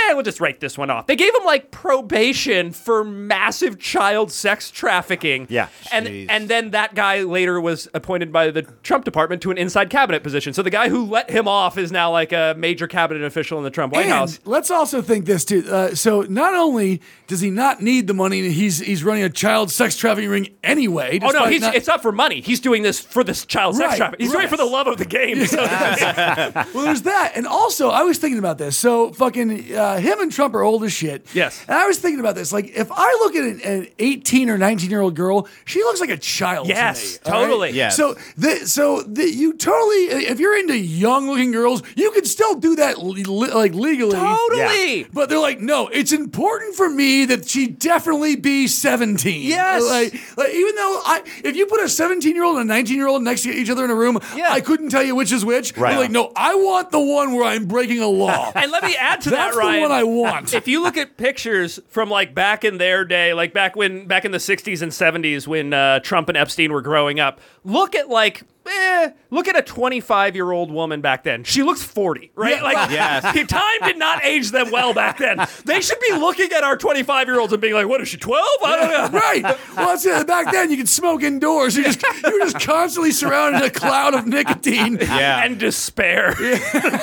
Speaker 5: Eh, we'll just write this one off. They gave him like probation for massive child sex trafficking.
Speaker 4: Yeah.
Speaker 5: and
Speaker 3: Jeez.
Speaker 5: and then that guy later was appointed by the Trump department to an inside cabinet position. So the guy who let him off is now like a major cabinet official in the Trump White
Speaker 2: and
Speaker 5: House.
Speaker 2: Let's also think this too. Uh, so not only does he not need the money, and he's he's running a child sex trafficking ring anyway.
Speaker 5: Oh no,
Speaker 2: despite
Speaker 5: he's,
Speaker 2: not-
Speaker 5: it's not for money. He's doing this for this child sex
Speaker 2: Right,
Speaker 5: trafficking. He's doing it for the love of the game. So
Speaker 2: well, there's that, and also I was thinking about this. So fucking uh, him and Trump are old as shit.
Speaker 5: Yes.
Speaker 2: and I was thinking about this. Like if I look at an, an 18 or 19 year old girl, she looks like a child. to
Speaker 5: Yes,
Speaker 2: me, all right?
Speaker 5: totally. Yes.
Speaker 2: So the, so the, you totally if you're into young looking girls, you can still do that le- le- like legally.
Speaker 5: totally.
Speaker 2: But they're like, no, it's important for me that she definitely be 17.
Speaker 5: Yes.
Speaker 2: Like, like even though I, if you put a 17 year old and a 19 year old next to each other in a room,
Speaker 5: Yeah.
Speaker 2: I couldn't tell you which is which.
Speaker 4: Right.
Speaker 2: They're like, no, I want the one where I'm breaking a law.
Speaker 5: And let me add to
Speaker 2: That's
Speaker 5: that, Ryan.
Speaker 2: the one I want.
Speaker 5: if you look at pictures from like back in their day, like back when back in the '60s and '70s when uh, Trump and Epstein were growing up, look at like. Eh, look at a 25 year old woman back then. She looks 40, right?
Speaker 2: Yeah,
Speaker 5: like,
Speaker 3: Yes.
Speaker 5: the time did not age them well back then. They should be looking at our 25 year olds and being like, what is she, 12? I don't know.
Speaker 2: right. Well, that's it. back then you could smoke indoors. You just you're just constantly surrounded in a cloud of nicotine.
Speaker 3: Yeah.
Speaker 5: and despair,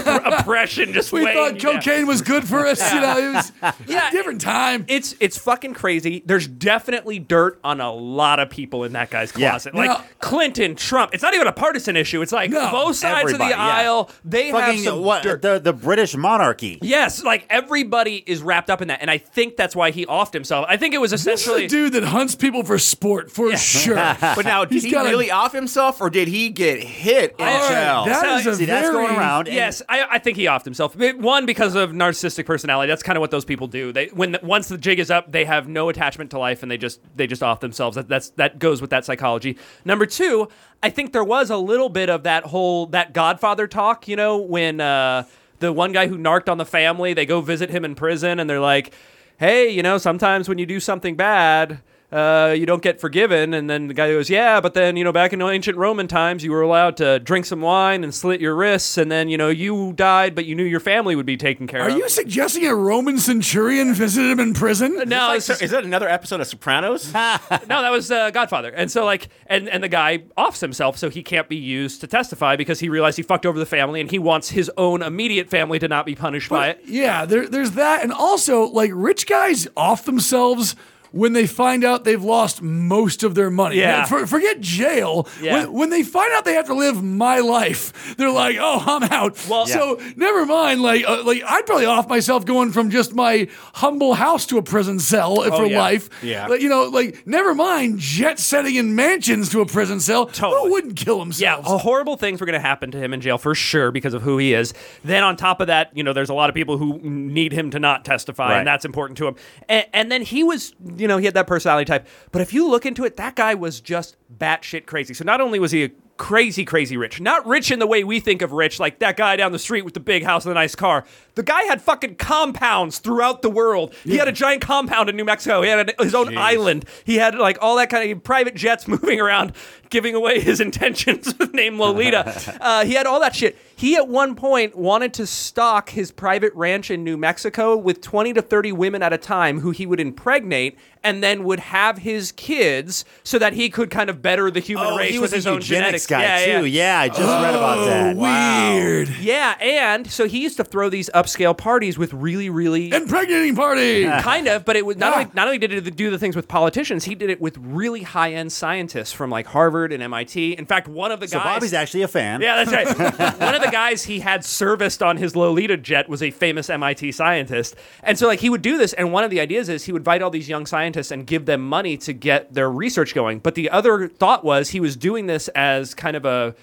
Speaker 5: oppression, just
Speaker 2: We
Speaker 5: weighing
Speaker 2: thought
Speaker 5: you down.
Speaker 2: cocaine was good for us. You know, it was
Speaker 5: Yeah.
Speaker 2: different time.
Speaker 5: It's it's fucking crazy. There's definitely dirt on a lot of people in that guy's
Speaker 4: Yeah.
Speaker 5: closet,
Speaker 2: No.
Speaker 5: like Clinton, Trump. It's not even a partisan issue. It's like
Speaker 2: No.
Speaker 5: both sides of
Speaker 4: Everybody,
Speaker 5: the
Speaker 4: yeah.
Speaker 5: aisle. They have
Speaker 4: Fucking
Speaker 5: some
Speaker 4: what
Speaker 5: dirt.
Speaker 4: the the British monarchy.
Speaker 5: Yes, like everybody is wrapped up in that, and I think that's why he offed himself. I think it was
Speaker 2: This is
Speaker 5: essentially
Speaker 2: a dude that hunts people for sport for sure.
Speaker 3: But now, did
Speaker 2: He's
Speaker 3: he
Speaker 2: got a-
Speaker 3: really off himself, or did he get hit in
Speaker 5: All right,
Speaker 3: jail?
Speaker 2: That
Speaker 5: So-
Speaker 2: is a
Speaker 4: See, that's
Speaker 2: very-
Speaker 4: going around. and-
Speaker 5: Yes, I, I think he offed himself. But One because of narcissistic personality. That's kind of what those people do. They when the, once the jig is up, they have no attachment to life and they just they just off themselves. That, that's that goes with that psychology. Number two, I think there was a little bit of that whole that Godfather talk. You know when. Uh, the one guy who narked on the family, they go visit him in prison and they're like, hey, you know, sometimes when you do something bad, uh, you don't get forgiven. And then the guy goes, yeah, but then, you know, back in ancient Roman times, you were allowed to drink some wine and slit your wrists. And then, you know, you died, but you knew your family would be taken care
Speaker 2: Are
Speaker 5: of.
Speaker 2: you suggesting a Roman centurion visited him in prison?
Speaker 5: no,
Speaker 3: Like,
Speaker 5: it's
Speaker 3: so-
Speaker 5: just-
Speaker 3: is that another episode of Sopranos?
Speaker 5: no, that was uh, Godfather. And so, like, and, and the guy offs himself, so he can't be used to testify because he realized he fucked over the family and he wants his own immediate family to not be punished by it.
Speaker 2: Yeah, there, there's that, and also like rich guys off themselves when they find out they've lost most of their money.
Speaker 5: Yeah.
Speaker 2: For- forget jail.
Speaker 5: Yeah.
Speaker 2: When, when they find out they have to live my life, they're like, "Oh, I'm out."
Speaker 5: Well-
Speaker 2: so never mind. Like, uh, like I'd probably off myself going from just my humble house to a prison cell for
Speaker 5: Oh, yeah.
Speaker 2: life.
Speaker 3: Yeah.
Speaker 2: Like, you know, like never mind jet setting in mansions to a prison cell.
Speaker 5: Totally.
Speaker 2: Who wouldn't kill
Speaker 5: Yeah,
Speaker 2: themselves?
Speaker 5: h- horrible things were going to happen to him in jail for sure because of who he is. Then on top of that, you know, there's a lot of people who need him to not testify,
Speaker 4: Right.
Speaker 5: and that's important to him. And, and then he was, you know, he had that personality type. But if you look into it, that guy was just batshit crazy. So not only was he a crazy, crazy rich, not rich in the way we think of rich, like that guy down the street with the big house and the nice car. The guy had fucking compounds throughout the world. He had a giant compound in New Mexico. He had an, his own island. He had like all that kind of private jets moving around, giving away his intentions with name Lolita. uh, he had all that shit. He at one point wanted to stock his private ranch in New Mexico with 20 to 30 women at a time who he would impregnate and then would have his kids so that he could kind of better the human
Speaker 4: Oh,
Speaker 5: race
Speaker 4: he
Speaker 5: with
Speaker 4: was a
Speaker 5: his own
Speaker 4: eugenics
Speaker 5: genetics.
Speaker 4: guy
Speaker 5: yeah, yeah.
Speaker 4: too. Yeah. I just read about
Speaker 5: Oh,
Speaker 4: that.
Speaker 2: Weird.
Speaker 5: Yeah, and so he used to throw these upscale parties with really, really
Speaker 2: Impregnating party.
Speaker 5: kind of, but it was not
Speaker 2: Yeah.
Speaker 5: only not only did he do the things with politicians, he did it with really high end scientists from like Harvard and MIT. In fact, one of the
Speaker 4: So
Speaker 5: guys
Speaker 4: Bobby's actually a fan.
Speaker 5: yeah, that's right. One of the guys he had serviced on his Lolita jet was a famous MIT scientist. And so, like, he would do this. And one of the ideas is he would invite all these young scientists and give them money to get their research going. But the other thought was he was doing this as kind of a.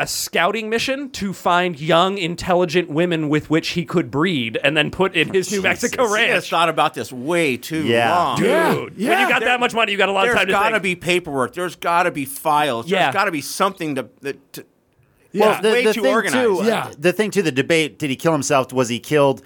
Speaker 5: A scouting mission to find young, intelligent women with which he could breed and then put in his New Mexico
Speaker 3: He has
Speaker 5: ranch.
Speaker 3: thought about this way too
Speaker 4: Yeah.
Speaker 3: long.
Speaker 2: Dude. Yeah,
Speaker 5: Dude,
Speaker 2: yeah.
Speaker 5: when you got
Speaker 2: There-
Speaker 5: that much money, you got a lot of
Speaker 3: There's
Speaker 5: time to
Speaker 3: got to
Speaker 5: think.
Speaker 3: be paperwork. There's got to be files.
Speaker 5: Yeah.
Speaker 3: There's got to be something to. that- to
Speaker 4: Well, the,
Speaker 3: way
Speaker 4: the
Speaker 3: too
Speaker 4: thing
Speaker 3: organized.
Speaker 4: too, uh,
Speaker 2: Yeah.
Speaker 4: the thing too, the debate: did he kill himself? Was he killed?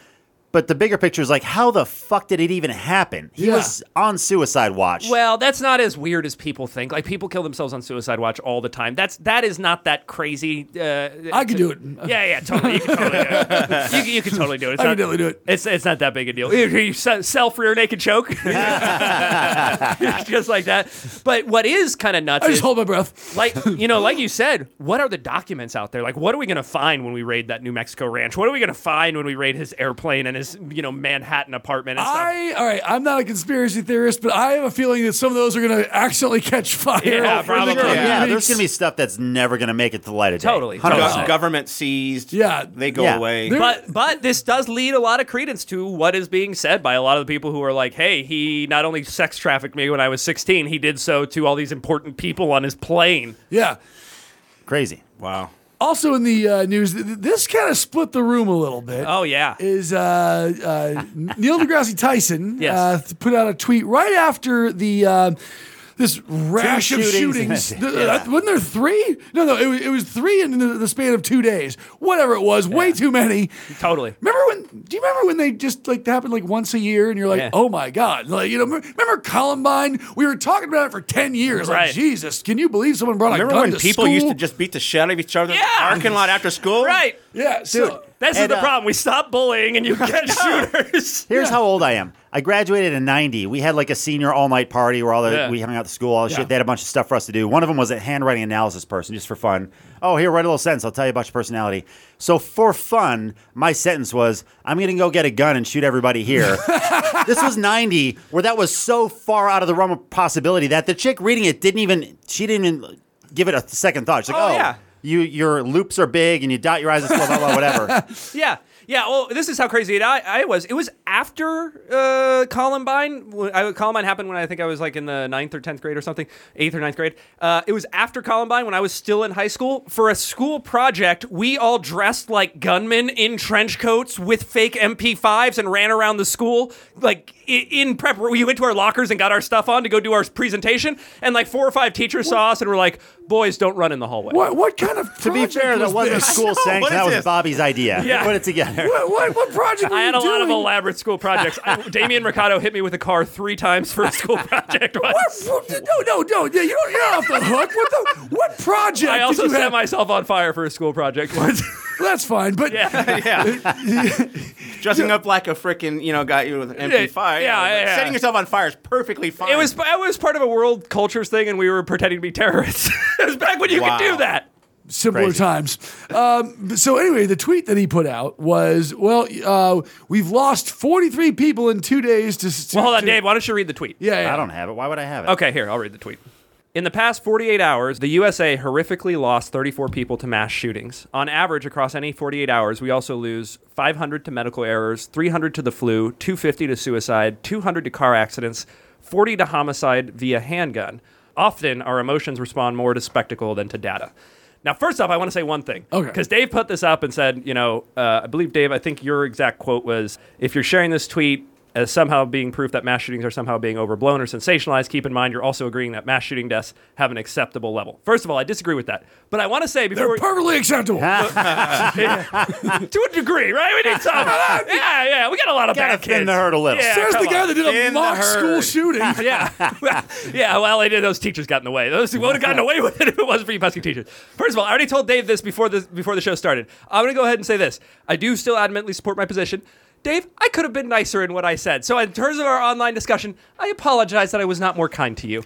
Speaker 4: But the bigger picture is like, how the fuck did it even happen? He
Speaker 2: Yeah.
Speaker 4: was on suicide watch.
Speaker 5: Well, that's not as weird as people think. Like people kill themselves on suicide watch all the time. That's that is not that crazy. Uh,
Speaker 2: I could do it.
Speaker 5: yeah, yeah, totally. You can totally do it. You, can- you can totally do it. It's
Speaker 2: I
Speaker 5: not,
Speaker 2: can totally do it.
Speaker 5: It's it's not that big a deal. You- you se- Self rear naked choke, just like that. But what is kind of nuts
Speaker 2: I
Speaker 5: is
Speaker 2: just hold my breath.
Speaker 5: like you know, like you said, what are the documents out there? Like, what are we going to find when we raid that New Mexico ranch? What are we going to find when we raid his airplane and his you know Manhattan apartment and stuff?
Speaker 2: I all right. I'm not a conspiracy theorist, but I have a feeling that some of those are going to accidentally catch fire.
Speaker 5: Yeah,
Speaker 2: over the
Speaker 5: probably.
Speaker 2: coming
Speaker 4: Oh, yeah,
Speaker 2: weeks.
Speaker 4: there's gonna be stuff that's never gonna make it to the light of day.
Speaker 5: Totally,
Speaker 4: Hundred
Speaker 5: totally.
Speaker 4: percent.
Speaker 3: Government seized.
Speaker 2: Yeah.
Speaker 3: They go
Speaker 4: Yeah.
Speaker 3: away.
Speaker 2: They're-
Speaker 5: but but this does lead a lot of credence to what is being said by a lot of the people who are like, hey, he not only sex trafficked me when I was 16, he did so to all these important people on his plane.
Speaker 2: yeah.
Speaker 4: Crazy.
Speaker 3: wow.
Speaker 2: Also in the uh, news, th- th- this kind of split the room a little bit.
Speaker 5: Oh yeah,
Speaker 2: Is uh, uh, Neil deGrasse Tyson
Speaker 5: Yes.
Speaker 2: uh, th- put out a tweet right after the uh, this rash of
Speaker 4: shootings.
Speaker 2: shootings? Th- uh, wasn't there three? No, no, it was, it was three in the, the span of two days. Whatever it was, way too many.
Speaker 5: totally.
Speaker 2: Remember when? Do you remember when they just like happened like once a year, and you're like,
Speaker 5: Yeah.
Speaker 2: oh my god, like you know, me- remember Columbine? We were talking about it for ten years.
Speaker 5: Right.
Speaker 2: Like Jesus, can you believe someone brought a
Speaker 3: Remember
Speaker 2: gun
Speaker 3: when
Speaker 2: to
Speaker 3: people used to
Speaker 2: school?
Speaker 3: just beat the shit out of each other in
Speaker 5: Yeah.
Speaker 3: the parking lot after school?
Speaker 5: Right.
Speaker 2: yeah, so
Speaker 5: This is
Speaker 4: And,
Speaker 5: the
Speaker 4: uh,
Speaker 5: problem. We stop bullying and you get shooters.
Speaker 4: Here's how old I am. I graduated in '90. We had like a senior all-night party where all the
Speaker 5: Yeah.
Speaker 4: we hung out at the school, all the
Speaker 2: Yeah.
Speaker 4: shit. They had a bunch of stuff for us to do. One of them was a handwriting analysis person, just for fun. Oh, here, write a little sentence. I'll tell you about your personality. So for fun, my sentence was, "I'm gonna go get a gun and shoot everybody here." this was '90, where that was so far out of the realm of possibility that the chick reading it didn't even she didn't even give it a second thought. She's like,
Speaker 5: Oh,
Speaker 4: "Oh,
Speaker 5: yeah.
Speaker 4: you your loops are big and you dot your eyes and blah blah blah whatever."
Speaker 5: Yeah. Yeah, well, this is how crazy it, I, I was. It was after uh, Columbine. When I, Columbine happened when I think I was like in the ninth or tenth grade or something, eighth or ninth grade. Uh, it was after Columbine when I was still in high school. For a school project, we all dressed like gunmen in trench coats with fake MP5s and ran around the school like i- in prep. We went to our lockers and got our stuff on to go do our presentation, and like four or five teachers saw us and were like, "Boys, don't run in the hallway."
Speaker 2: what what kind of
Speaker 4: to be fair, that wasn't a school sanction.
Speaker 3: what is
Speaker 4: That was
Speaker 3: this?
Speaker 4: Bobby's idea.
Speaker 5: Yeah.
Speaker 4: Put it together.
Speaker 2: What, what, what project? Were
Speaker 5: I had
Speaker 2: you
Speaker 5: a lot of
Speaker 2: doing?
Speaker 5: elaborate school projects. I, Damian Mercado hit me with a car three times for a school project once.
Speaker 2: What, no, no, no! Yeah, you don't, you're not off the hook. What the? What project?
Speaker 5: I
Speaker 2: did
Speaker 5: also
Speaker 2: you
Speaker 5: set
Speaker 2: have?
Speaker 5: myself on fire for a school project once.
Speaker 2: That's fine, but
Speaker 5: yeah.
Speaker 3: Yeah. Dressing up like a freaking, you know, guy with an MP5.
Speaker 5: Yeah,
Speaker 3: you know,
Speaker 5: yeah,
Speaker 3: like,
Speaker 5: yeah.
Speaker 3: Setting yourself on fire is perfectly fine.
Speaker 5: It was it was part of a world cultures thing, and we were pretending to be terrorists. it was back when you
Speaker 3: Wow.
Speaker 5: could do that.
Speaker 2: similar
Speaker 4: Crazy.
Speaker 2: times. Um, so anyway, the tweet that he put out was, "Well, uh, we've lost 43 people in two days to." s-
Speaker 5: Well, hold on,
Speaker 2: to-
Speaker 5: Dave. Why don't you read the tweet?
Speaker 2: Yeah, yeah.
Speaker 4: I don't have it. Why would I have it?
Speaker 5: Okay, here, I'll read the tweet. In the past 48 hours, the USA horrifically lost 34 people to mass shootings. On average, across any 48 hours, we also lose 500 to medical errors, 300 to the flu, 250 to suicide, 200 to car accidents, 40 to homicide via handgun. Often, our emotions respond more to spectacle than to data. Now, first off, I want to say one thing.
Speaker 2: Okay.
Speaker 5: Because Dave put this up and said, you know, uh, I believe, Dave, I think your exact quote was if you're sharing this tweet as somehow being proof that mass shootings are somehow being overblown or sensationalized, keep in mind you're also agreeing that mass shooting deaths have an acceptable level. First of all, I disagree with that. But I want to say before.
Speaker 2: They're
Speaker 5: we-
Speaker 2: perfectly acceptable.
Speaker 5: to a degree, right? We need some. yeah, yeah. We got a lot of
Speaker 4: Gotta
Speaker 5: bad
Speaker 4: thin
Speaker 5: kids.
Speaker 4: the herd a little.
Speaker 5: Yeah,
Speaker 2: There's the
Speaker 5: come
Speaker 2: guy
Speaker 5: on.
Speaker 2: that did a
Speaker 3: In the
Speaker 2: mock school
Speaker 3: herd.
Speaker 2: shooting.
Speaker 5: yeah. yeah, well, I did. Those teachers got in the way. Those would have gotten away with it if it wasn't for you pesky teachers. First of all, I already told Dave this before, this before the show started. I'm going to go ahead and say this. I do still adamantly support my position. Dave, I could have been nicer in what I said. So, in terms of our online discussion, I apologize that I was not more kind to you.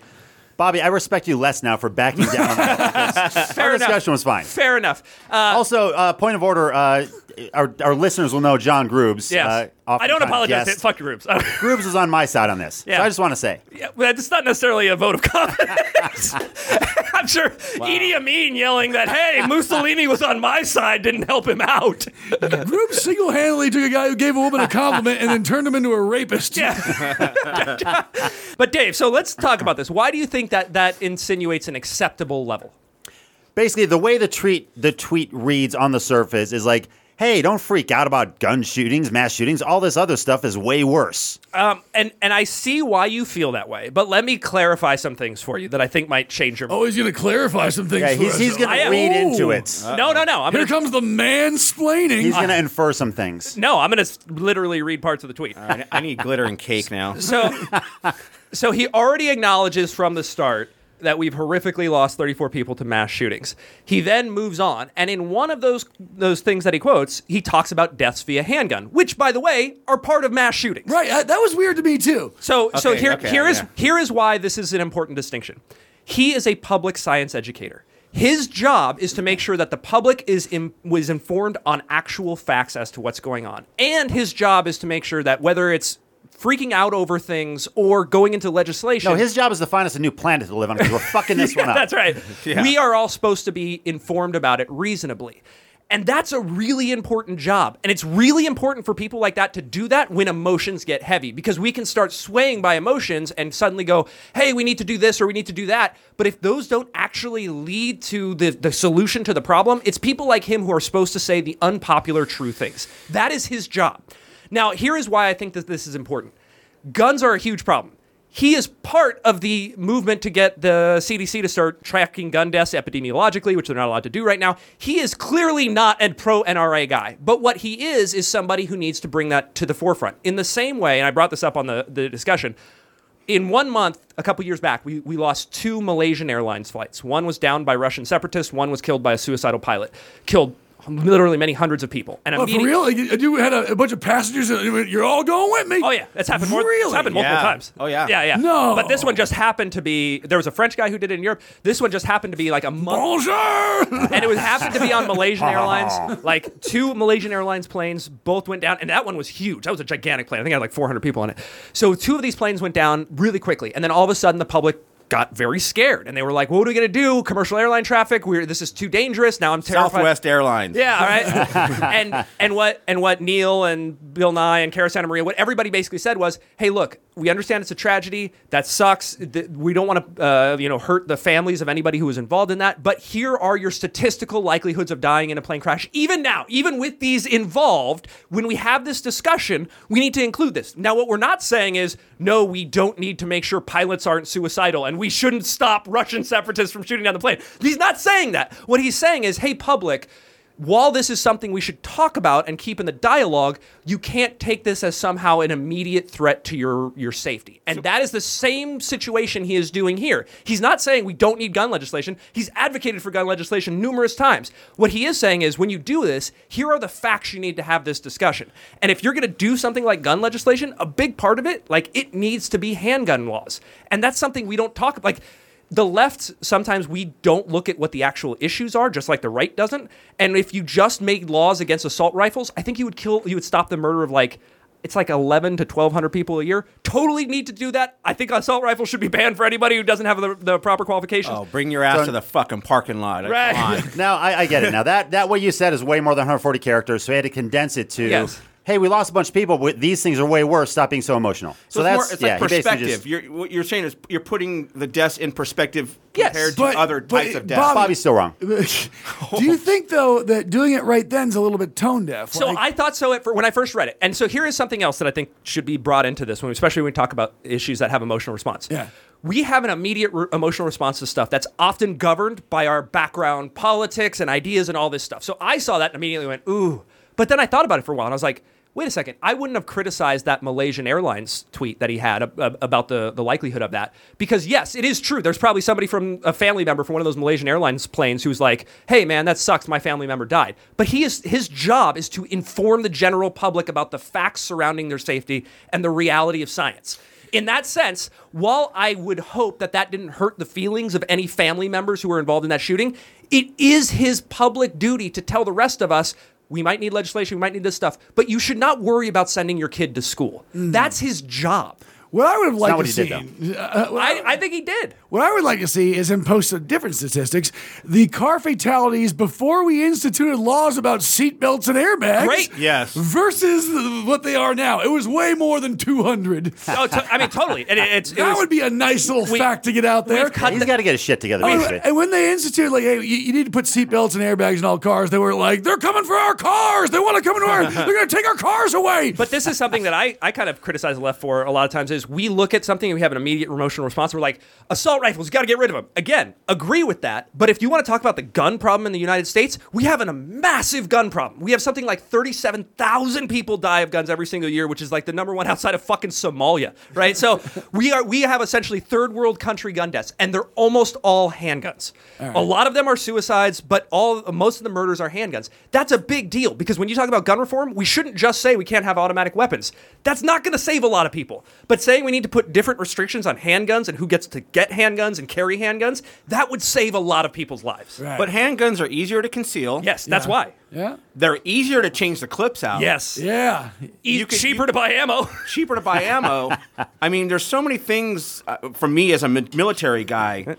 Speaker 4: Bobby, I respect you less now for backing down. on that. Our
Speaker 5: enough.
Speaker 4: discussion was fine.
Speaker 5: Fair enough. Uh,
Speaker 4: Also, uh, point of order, uh, our, our listeners will know John Groobs.
Speaker 5: yes.
Speaker 4: uh,
Speaker 5: I don't
Speaker 4: oftentimes
Speaker 5: apologize.
Speaker 4: guest.
Speaker 5: Fuck your groups.
Speaker 4: Groobs is on my side on this.
Speaker 5: Yeah.
Speaker 4: So I just want to say.
Speaker 5: Yeah, well, it's not necessarily a vote of confidence. I'm sure Edie Amin yelling that, hey, Mussolini was on my side didn't help him out.
Speaker 2: Group single-handedly took a guy who gave a woman a compliment and then turned him into a rapist.
Speaker 5: Yeah. but Dave, so let's talk about this. Why do you think that that insinuates an acceptable level?
Speaker 4: basically the way the tweet the tweet reads on the surface is like hey don't freak out about gun shootings mass shootings all this other stuff is way worse
Speaker 5: Um, and and I see why you feel that way, but let me clarify some things for you that I think might change your.
Speaker 2: Oh, he's going to clarify some things.
Speaker 4: yeah
Speaker 2: for
Speaker 4: he's,
Speaker 2: us.
Speaker 4: he's
Speaker 5: I
Speaker 4: gonna
Speaker 5: am-
Speaker 4: read
Speaker 2: Ooh.
Speaker 4: into it
Speaker 5: no, no, no. I'm
Speaker 2: Here
Speaker 5: gonna,
Speaker 2: comes the mansplaining.
Speaker 4: he's gonna infer some things
Speaker 5: no, I'm going to literally read parts of the tweet.
Speaker 2: Uh-huh.
Speaker 3: I, I need glitter and cake now.
Speaker 5: So, so he already acknowledges from the start that we've horrifically lost 34 people to mass shootings. He then moves on, and in one of those those things that he quotes, he talks about deaths via handgun, which, by the way, are part of mass shootings.
Speaker 2: right. uh, that was weird to me too.
Speaker 5: So, so
Speaker 3: Okay,
Speaker 5: here,
Speaker 3: okay,
Speaker 5: here is
Speaker 3: yeah.
Speaker 5: here is why this is an important distinction. He is a public science educator. His job is to make sure that the public is in, was informed on actual facts as to what's going on, and his job is to make sure that whether it's freaking out over things or going into legislation.
Speaker 4: no his job is to find us a new planet to live on because we're fucking this one up
Speaker 5: That's right. We are all supposed to be informed about it reasonably. And that's a really important job. And it's really important for people like that to do that when emotions get heavy because we can start swaying by emotions and suddenly go, hey, we need to do this or we need to do that. But if those don't actually lead to the, the solution to the problem, it's people like him who are supposed to say the unpopular true things. That is his job. Now, here is why I think that this is important guns are a huge problem. He is part of the movement to get the CDC to start tracking gun deaths epidemiologically, which they're not allowed to do right now. He is clearly not a pro NRA guy, but what he is is somebody who needs to bring that to the forefront. In the same way, and I brought this up on the, the discussion, in one month, a couple years back, we, we lost two Malaysian Airlines flights. One was downed by Russian separatists, one was killed by a suicidal pilot, killed literally many hundreds of people. And
Speaker 2: Oh, for
Speaker 5: immediate-
Speaker 2: real? Like, You, you had a, a bunch of passengers. and you went, You're all going with me.
Speaker 5: Oh yeah, that's happened more.
Speaker 2: Really?
Speaker 5: It's happened multiple
Speaker 3: Yeah.
Speaker 5: times.
Speaker 3: Oh, yeah.
Speaker 5: Yeah, yeah.
Speaker 2: No.
Speaker 5: But this one just happened to be. There was a French guy who did it in Europe. This one just happened to be like a month,
Speaker 2: Bonjour.
Speaker 5: and it was happened to be on Malaysian Airlines. Like two Malaysian Airlines planes both went down, and that one was huge. That was a gigantic plane. I think it had like 400 people on it. So two of these planes went down really quickly, and then all of a sudden the public. Got very scared, and they were like, "What are we gonna do? Commercial airline traffic? We're this is too dangerous. Now I'm terrified."
Speaker 3: Southwest Airlines.
Speaker 5: Yeah, all right. and and what and what Neil and Bill Nye and Cara Santa Maria, what everybody basically said was, "Hey, look, we understand it's a tragedy. That sucks. Th- We don't want to, uh, you know, hurt the families of anybody who was involved in that. But here are your statistical likelihoods of dying in a plane crash. Even now, even with these involved, when we have this discussion, we need to include this. Now, what we're not saying is, no, we don't need to make sure pilots aren't suicidal and we shouldn't stop Russian separatists from shooting down the plane. He's not saying that. What he's saying is, hey, public." while this is something we should talk about and keep in the dialogue, you can't take this as somehow an immediate threat to your, your safety. And that is the same situation he is doing here. He's not saying we don't need gun legislation. He's advocated for gun legislation numerous times. What he is saying is when you do this, here are the facts you need to have this discussion. And if you're going to do something like gun legislation, a big part of it, like it needs to be handgun laws. And that's something we don't talk about. Like, the left sometimes we don't look at what the actual issues are, just like the right doesn't. And if you just made laws against assault rifles, I think you would kill, you would stop the murder of like. It's like 11 to 1,200 people a year. Totally need to do that. I think assault rifles should be banned for anybody who doesn't have the, the proper qualifications.
Speaker 3: Oh, bring your ass
Speaker 4: So-
Speaker 3: to the fucking parking lot. Come
Speaker 5: Right.
Speaker 3: on.
Speaker 4: Now I, I get it. Now that that what you said is way more than 140 characters, so we had to condense it to.
Speaker 5: Yes.
Speaker 4: Hey, we lost a bunch of people. But these things are way worse. Stop being so emotional. So,
Speaker 3: So, it's,
Speaker 4: that's
Speaker 3: more, it's
Speaker 4: yeah.
Speaker 3: like
Speaker 4: he basically
Speaker 3: perspective.
Speaker 4: just-
Speaker 3: you're, what you're saying is you're putting the deaths in perspective
Speaker 5: Yes.
Speaker 3: compared
Speaker 2: But-
Speaker 3: to other
Speaker 2: but
Speaker 3: types of
Speaker 2: it-
Speaker 3: deaths.
Speaker 2: Bob-
Speaker 4: Bobby's still wrong.
Speaker 2: Do you think though that doing it right then is a little bit tone deaf?
Speaker 5: So I thought so at, for, when I first read it. And so here is something else that I think should be brought into this, when, especially when we talk about issues that have emotional response.
Speaker 2: Yeah.
Speaker 5: We have an immediate re- emotional response to stuff that's often governed by our background politics and ideas and all this stuff. So I saw that and immediately went, ooh. But then I thought about it for a while and I was like, wait a second. I wouldn't have criticized that Malaysian Airlines tweet that he had ab- ab- about the, the likelihood of that. Because, yes, it is true. There's probably somebody from a family member from one of those Malaysian Airlines planes who's like, hey, man, that sucks. My family member died. But he is his job is to inform the general public about the facts surrounding their safety and the reality of science. In that sense, while I would hope that that didn't hurt the feelings of any family members who were involved in that shooting, it is his public duty to tell the rest of us we might need legislation, we might need this stuff, but you should not worry about sending your kid to school.
Speaker 2: Mm.
Speaker 5: That's his job.
Speaker 2: what I would have liked to
Speaker 4: what he
Speaker 2: see.
Speaker 4: did,
Speaker 2: uh, what
Speaker 5: I, I think he did.
Speaker 2: What I would like to see is him post some different statistics. The car fatalities before we instituted laws about seatbelts and airbags.
Speaker 5: Great.
Speaker 3: Yes.
Speaker 2: Versus what they are now. It was way more than 200.
Speaker 5: Oh, to- I mean, totally. And it, it's, it
Speaker 2: that
Speaker 5: was-
Speaker 2: would be a nice little
Speaker 5: we-
Speaker 2: fact to get out there.
Speaker 5: we've cut
Speaker 4: He's
Speaker 5: the-
Speaker 4: got to get his shit together.
Speaker 2: And
Speaker 4: Basically.
Speaker 2: when- Oh, and when they instituted, like, hey, you, you need to put seatbelts and airbags in all cars, they were like, they're coming for our cars. They want to come into our, they're going to take our cars away.
Speaker 5: But this is something that I, I kind of criticize the left for a lot of times is we look at something and we have an immediate emotional response. We're like, assault rifles, you got to get rid of them. Again, agree with that. But if you want to talk about the gun problem in the United States, we have an- a massive gun problem. We have something like 37,000 people die of guns every single year, which is like the number one outside of fucking Somalia, right? So we are we have essentially third world country gun deaths, and they're almost all handguns. A lot of them are suicides, but all most of the murders are handguns. That's a big deal because when you talk about gun reform, we shouldn't just say we can't have automatic weapons. That's not going to save a lot of people. But saying we need to put different restrictions on handguns and who gets to get handguns and carry handguns, that would save a lot of people's lives.
Speaker 2: Right.
Speaker 3: But handguns are easier to conceal.
Speaker 5: Yes, that's why.
Speaker 2: yeah.
Speaker 3: They're easier to change the clips out.
Speaker 5: Yes.
Speaker 2: Yeah.
Speaker 5: E-
Speaker 3: You could-
Speaker 5: cheaper to buy ammo.
Speaker 3: cheaper to buy ammo. I mean, there's so many things uh, for me as a mi- military guy.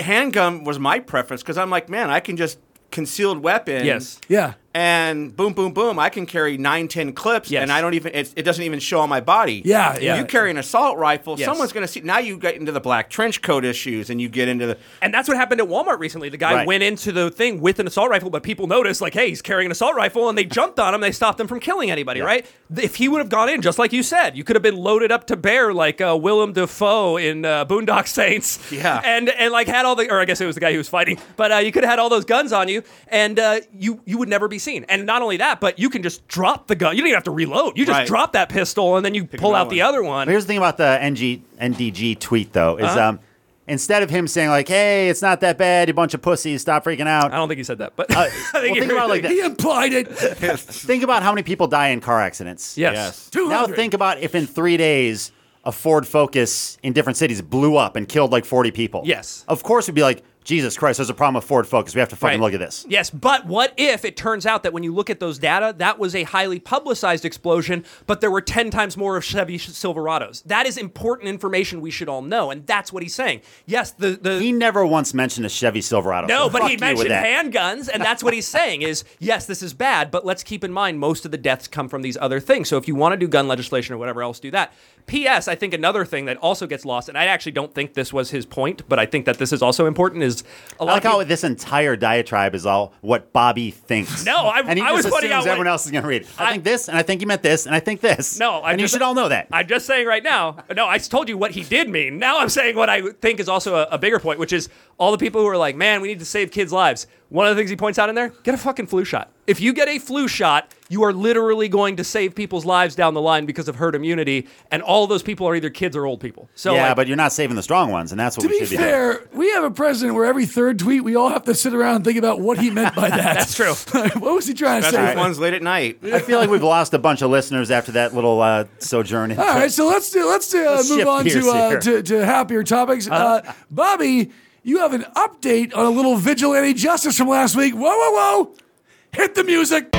Speaker 3: Handgun was my preference because I'm like, man, I can just concealed weapon.
Speaker 5: Yes.
Speaker 2: Yeah.
Speaker 3: And boom, boom, boom! I can carry nine, ten clips,
Speaker 5: Yes.
Speaker 3: and I don't even. It, it doesn't even show on my body.
Speaker 2: Yeah,
Speaker 3: If
Speaker 2: yeah.
Speaker 3: You carry an assault rifle.
Speaker 5: Yes.
Speaker 3: Someone's gonna see. Now you get into the black trench coat issues, and you get into the.
Speaker 5: And that's what happened at Walmart recently. The guy
Speaker 4: Right.
Speaker 5: went into the thing with an assault rifle, but people noticed, like, hey, he's carrying an assault rifle, and they jumped on him. They stopped him from killing anybody, right? Th- If he would have gone in, just like you said, you could have been loaded up to bear, like uh, Willem Dafoe in uh, Boondock Saints.
Speaker 3: Yeah.
Speaker 5: And, and like, had all the, or I guess it was the guy who was fighting, but uh, you could have had all those guns on you, and uh, you, you would never be seen. And not only that, but you can just drop the gun. You don't even have to reload. You just
Speaker 3: Right.
Speaker 5: drop that pistol, and then you pull
Speaker 3: another
Speaker 5: out the
Speaker 3: one.
Speaker 5: other one.
Speaker 4: But here's the thing about the NG, NDG tweet, though, is um, instead of him saying like, "Hey, it's not that bad, you bunch of pussies, stop freaking out,"
Speaker 5: I don't think he said that, but I think
Speaker 4: Uh, well,
Speaker 5: he
Speaker 4: think about it like
Speaker 5: really-
Speaker 2: He implied it.
Speaker 4: think about how many people die in car accidents.
Speaker 5: Yes.
Speaker 3: Yes.
Speaker 4: Now
Speaker 2: 200.
Speaker 4: think about if in three days a Ford Focus in different cities blew up and killed like 40 people.
Speaker 5: Yes.
Speaker 4: Of course, we'd be like, Jesus Christ, there's a problem with Ford Focus. We have to fucking
Speaker 5: Right.
Speaker 4: look at this.
Speaker 5: Yes, but what if it turns out that when you look at those data, that was a highly publicized explosion, but there were 10 times more of Chevy Silverados? That is important information we should all know, and that's what he's saying. Yes, the. the
Speaker 4: He never once mentioned a Chevy Silverado.
Speaker 5: no,
Speaker 4: so
Speaker 5: but
Speaker 4: fuck
Speaker 5: he
Speaker 4: you with
Speaker 5: mentioned
Speaker 4: that.
Speaker 5: handguns, and that's what he's saying is yes, this is bad, but let's keep in mind most of the deaths come from these other things. So if you want to do gun legislation or whatever else, do that. P.S. I think another thing that also gets lost, and I actually don't think this was his point, but I think that this is also important, is a
Speaker 4: I
Speaker 5: lot
Speaker 4: like
Speaker 5: of
Speaker 4: how
Speaker 5: people-
Speaker 4: this entire diatribe is all what Bobby thinks.
Speaker 5: No, I-
Speaker 4: and he
Speaker 5: I
Speaker 4: just
Speaker 5: was pointing
Speaker 4: assumes
Speaker 5: out what-
Speaker 4: everyone else is going to read. it. I,
Speaker 5: I-
Speaker 4: think this, and I think you meant this, and I think this.
Speaker 5: No, I
Speaker 4: and
Speaker 5: just-
Speaker 4: you should all know that.
Speaker 5: I'm just saying right now. No, I told you what he did mean. Now I'm saying what I think is also a, a bigger point, which is all the people who are like, man, we need to save kids' lives. One of the things he points out in there, get a fucking flu shot. If you get a flu shot, you are literally going to save people's lives down the line because of herd immunity, and all those people are either kids or old people. So
Speaker 4: yeah,
Speaker 5: like,
Speaker 4: but you're not saving the strong ones, and that's what
Speaker 2: To
Speaker 4: we
Speaker 2: be
Speaker 4: should be doing.
Speaker 2: fair, we have a president where every third tweet we all have to sit around and think about what he meant by that.
Speaker 5: That's true.
Speaker 2: what was he trying to
Speaker 3: Especially
Speaker 2: say?
Speaker 3: if one's late at night.
Speaker 4: I feel like we've lost a bunch of listeners after that little uh, sojourn.
Speaker 2: All right, so let's do, let's, uh,
Speaker 4: Let's
Speaker 2: move
Speaker 4: shift
Speaker 2: on
Speaker 4: gears
Speaker 2: to, uh,
Speaker 4: here.
Speaker 2: to to happier topics. Uh, Bobby, you have an update on a little vigilante justice from last week. Whoa, whoa, whoa! Hit the music.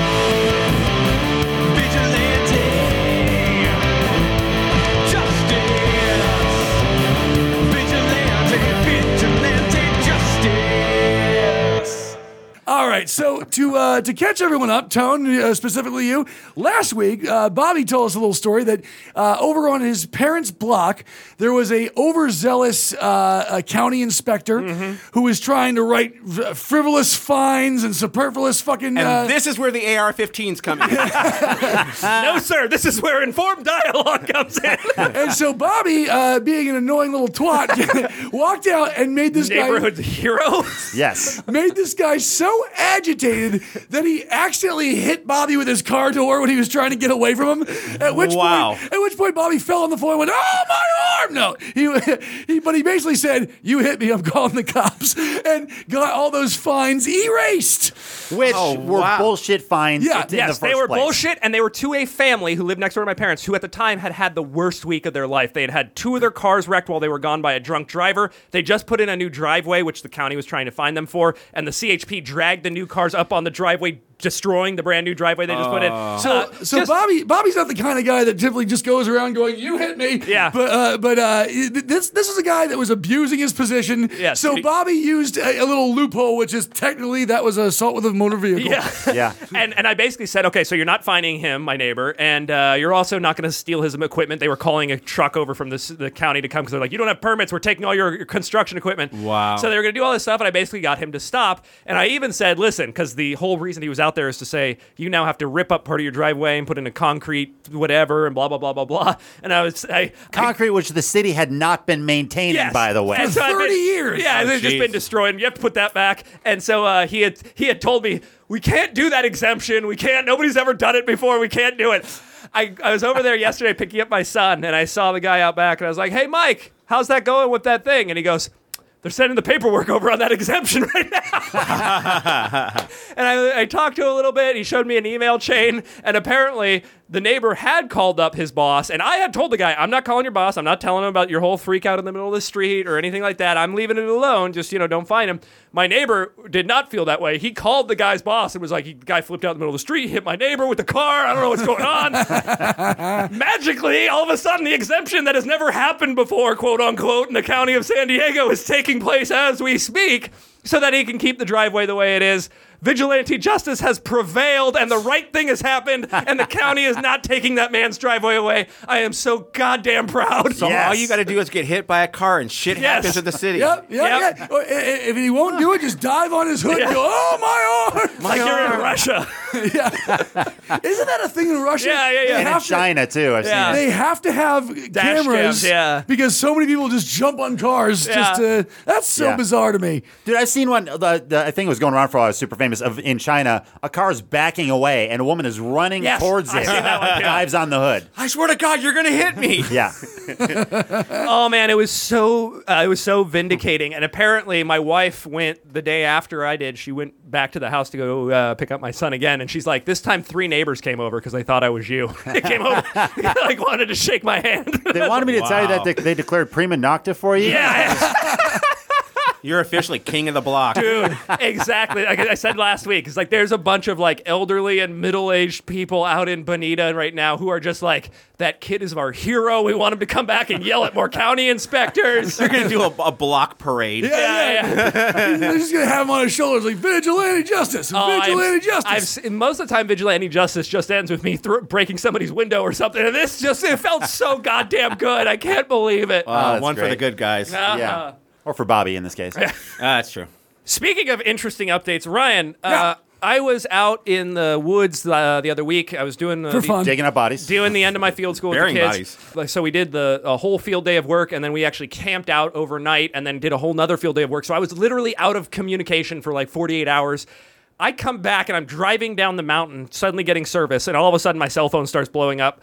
Speaker 2: All right, so to uh, to catch everyone up, Tone, uh, specifically you, last week, uh, Bobby told us a little story that uh, over on his parents' block, there was a overzealous uh, a county inspector
Speaker 3: Mm-hmm.
Speaker 2: who was trying to write v- frivolous fines and superfluous fucking.
Speaker 3: And
Speaker 2: uh,
Speaker 3: this is where the AR-15s come in.
Speaker 5: no, sir, this is where informed dialogue comes in.
Speaker 2: and so Bobby, uh, being an annoying little twat, walked out and made this guy
Speaker 5: Neighborhood hero.
Speaker 4: Yes.
Speaker 2: made this guy so agitated that he accidentally hit Bobby with his car door when he was trying to get away from him. At which
Speaker 3: Wow.
Speaker 2: point, at which point, Bobby fell on the floor and went, "Oh my arm!" No, he, he but he basically said, "You hit me. I'm calling the cops," and got all those fines erased.
Speaker 4: Which were
Speaker 3: wow.
Speaker 4: bullshit fines.
Speaker 2: Yeah,
Speaker 4: in the
Speaker 5: Oh, Yes,
Speaker 4: first
Speaker 5: they were
Speaker 4: place.
Speaker 5: bullshit, and they were to a family who lived next door to my parents, who at the time had had the worst week of their life. They had had two of their cars wrecked while they were gone by a drunk driver. They just put in a new driveway, which the county was trying to find them for, and the CHP dragged the new cars up on the driveway, destroying the brand new driveway they just put
Speaker 4: Ah.
Speaker 5: in. Uh, So,
Speaker 2: So Bobby, Bobby's not the kind of guy that typically just goes around going, "You hit me."
Speaker 5: Yeah.
Speaker 2: But uh, but uh, this this is a guy that was abusing his position.
Speaker 5: Yes.
Speaker 2: So Bobby used a, a little loophole, which is technically that was an assault with a motor vehicle.
Speaker 5: yeah.
Speaker 4: Yeah.
Speaker 5: and and I basically said, okay, so you're not finding him, my neighbor, and uh, you're also not going to steal his equipment. They were calling a truck over from this, the county to come because they're like, you don't have permits. We're taking all your, your construction equipment.
Speaker 3: Wow.
Speaker 5: So they were going to do all this stuff, and I basically got him to stop. And I even said, listen, because the whole reason he was out there is to say you now have to rip up part of your driveway and put in a concrete whatever and blah blah blah blah blah. And I was I, I
Speaker 4: Concrete, which the city had not been maintaining,
Speaker 5: Yes.
Speaker 4: by the way.
Speaker 5: And so I've
Speaker 2: 30
Speaker 5: been-
Speaker 2: years.
Speaker 5: Yeah, they've just
Speaker 3: jeez.
Speaker 5: been destroyed. and You have to put that back. And so uh, he had he had told me we can't do that exemption. We can't. Nobody's ever done it before. We can't do it. I, I was over there yesterday picking up my son, and I saw the guy out back, and I was like, "Hey, Mike, how's that going with that thing?" And he goes. They're sending the paperwork over on that exemption right now. and I, I talked to him a little bit. He showed me an email chain, and apparently the neighbor had called up his boss, and I had told the guy, "I'm not calling your boss. I'm not telling him about your whole freak out in the middle of the street or anything like that. I'm leaving it alone. Just you know, don't find him." My neighbor did not feel that way. He called the guy's boss and was like, "The guy flipped out in the middle of the street, hit my neighbor with the car. I don't know what's going on." Magically, all of a sudden, the exemption that has never happened before, quote unquote, in the county of San Diego is taking place as we speak so that he can keep the driveway the way it is. Vigilante justice has prevailed and the right thing has happened, and the county is not taking that man's driveway away. I am so goddamn proud.
Speaker 3: So
Speaker 4: Yes.
Speaker 3: all you got to do is get hit by a car and shit
Speaker 5: Yes.
Speaker 3: happens in the city.
Speaker 2: Yep, yep,
Speaker 5: Yep.
Speaker 2: yep. Or Oh, i- i- If he won't do it, just dive on his hood and go, oh, my arm.
Speaker 5: like you're in Russia.
Speaker 2: yeah. Isn't that a thing in Russia?
Speaker 5: Yeah, yeah, yeah.
Speaker 2: They
Speaker 5: And
Speaker 4: and in
Speaker 2: have to-
Speaker 4: China, too. I've
Speaker 5: Yeah.
Speaker 4: seen it.
Speaker 2: They have to have
Speaker 5: Dash
Speaker 2: cameras
Speaker 5: cams, yeah.
Speaker 2: because so many people just jump on cars. Just
Speaker 5: Yeah.
Speaker 2: to, that's so
Speaker 4: Yeah.
Speaker 2: bizarre to me.
Speaker 4: Dude, I've seen one. The, the, I think it was going around for a while. It was super famous. Of in China, a car is backing away, and a woman is running
Speaker 5: Yes,
Speaker 4: towards
Speaker 5: I've
Speaker 4: it.
Speaker 5: seen that one, yeah.
Speaker 4: Dives on the hood.
Speaker 3: I swear to God, you're gonna hit me.
Speaker 4: Yeah,
Speaker 5: Oh man, it was so uh, it was so vindicating. And apparently, my wife went the day after I did. She went back to the house to go uh, pick up my son again, and she's like, "This time, three neighbors came over because they thought I was you. they came over, like wanted to shake my hand.
Speaker 4: they wanted me to tell you that
Speaker 3: Wow.
Speaker 4: they, they declared prima nocta for you.
Speaker 5: yeah,
Speaker 3: You're officially king of the block.
Speaker 5: dude, exactly. Like I said last week, it's like there's a bunch of like elderly and middle aged people out in Bonita right now who are just like, "That kid is our hero. We want him to come back and yell at more county inspectors."
Speaker 3: They're gonna do a, a block parade. Uh,
Speaker 2: Yeah, yeah.
Speaker 5: yeah.
Speaker 2: They're just gonna have him on his shoulders like vigilante justice,
Speaker 5: Oh, I've-
Speaker 2: vigilante justice.
Speaker 5: I've s- and most of the time, vigilante justice just ends with me thr breaking somebody's window or something. And this just, it felt so goddamn good. I can't believe it.
Speaker 3: Uh,
Speaker 4: that's
Speaker 3: one for
Speaker 4: great.
Speaker 3: the good guys. Uh,
Speaker 4: yeah. Or for Bobby in this case.
Speaker 3: that's true.
Speaker 5: Speaking of interesting updates, Ryan, uh, I was out in the woods uh, the other week. I was doing uh,
Speaker 2: For
Speaker 5: the-
Speaker 2: fun.
Speaker 4: Digging up bodies.
Speaker 5: doing the end of my field school with the
Speaker 3: Burying
Speaker 5: kids.
Speaker 3: bodies.
Speaker 5: Like, so we did the a whole field day of work, and then we actually camped out overnight, and then did a whole nother field day of work. So I was literally out of communication for like 48 hours. I come back and I'm driving down the mountain, suddenly getting service, and all of a sudden my cell phone starts blowing up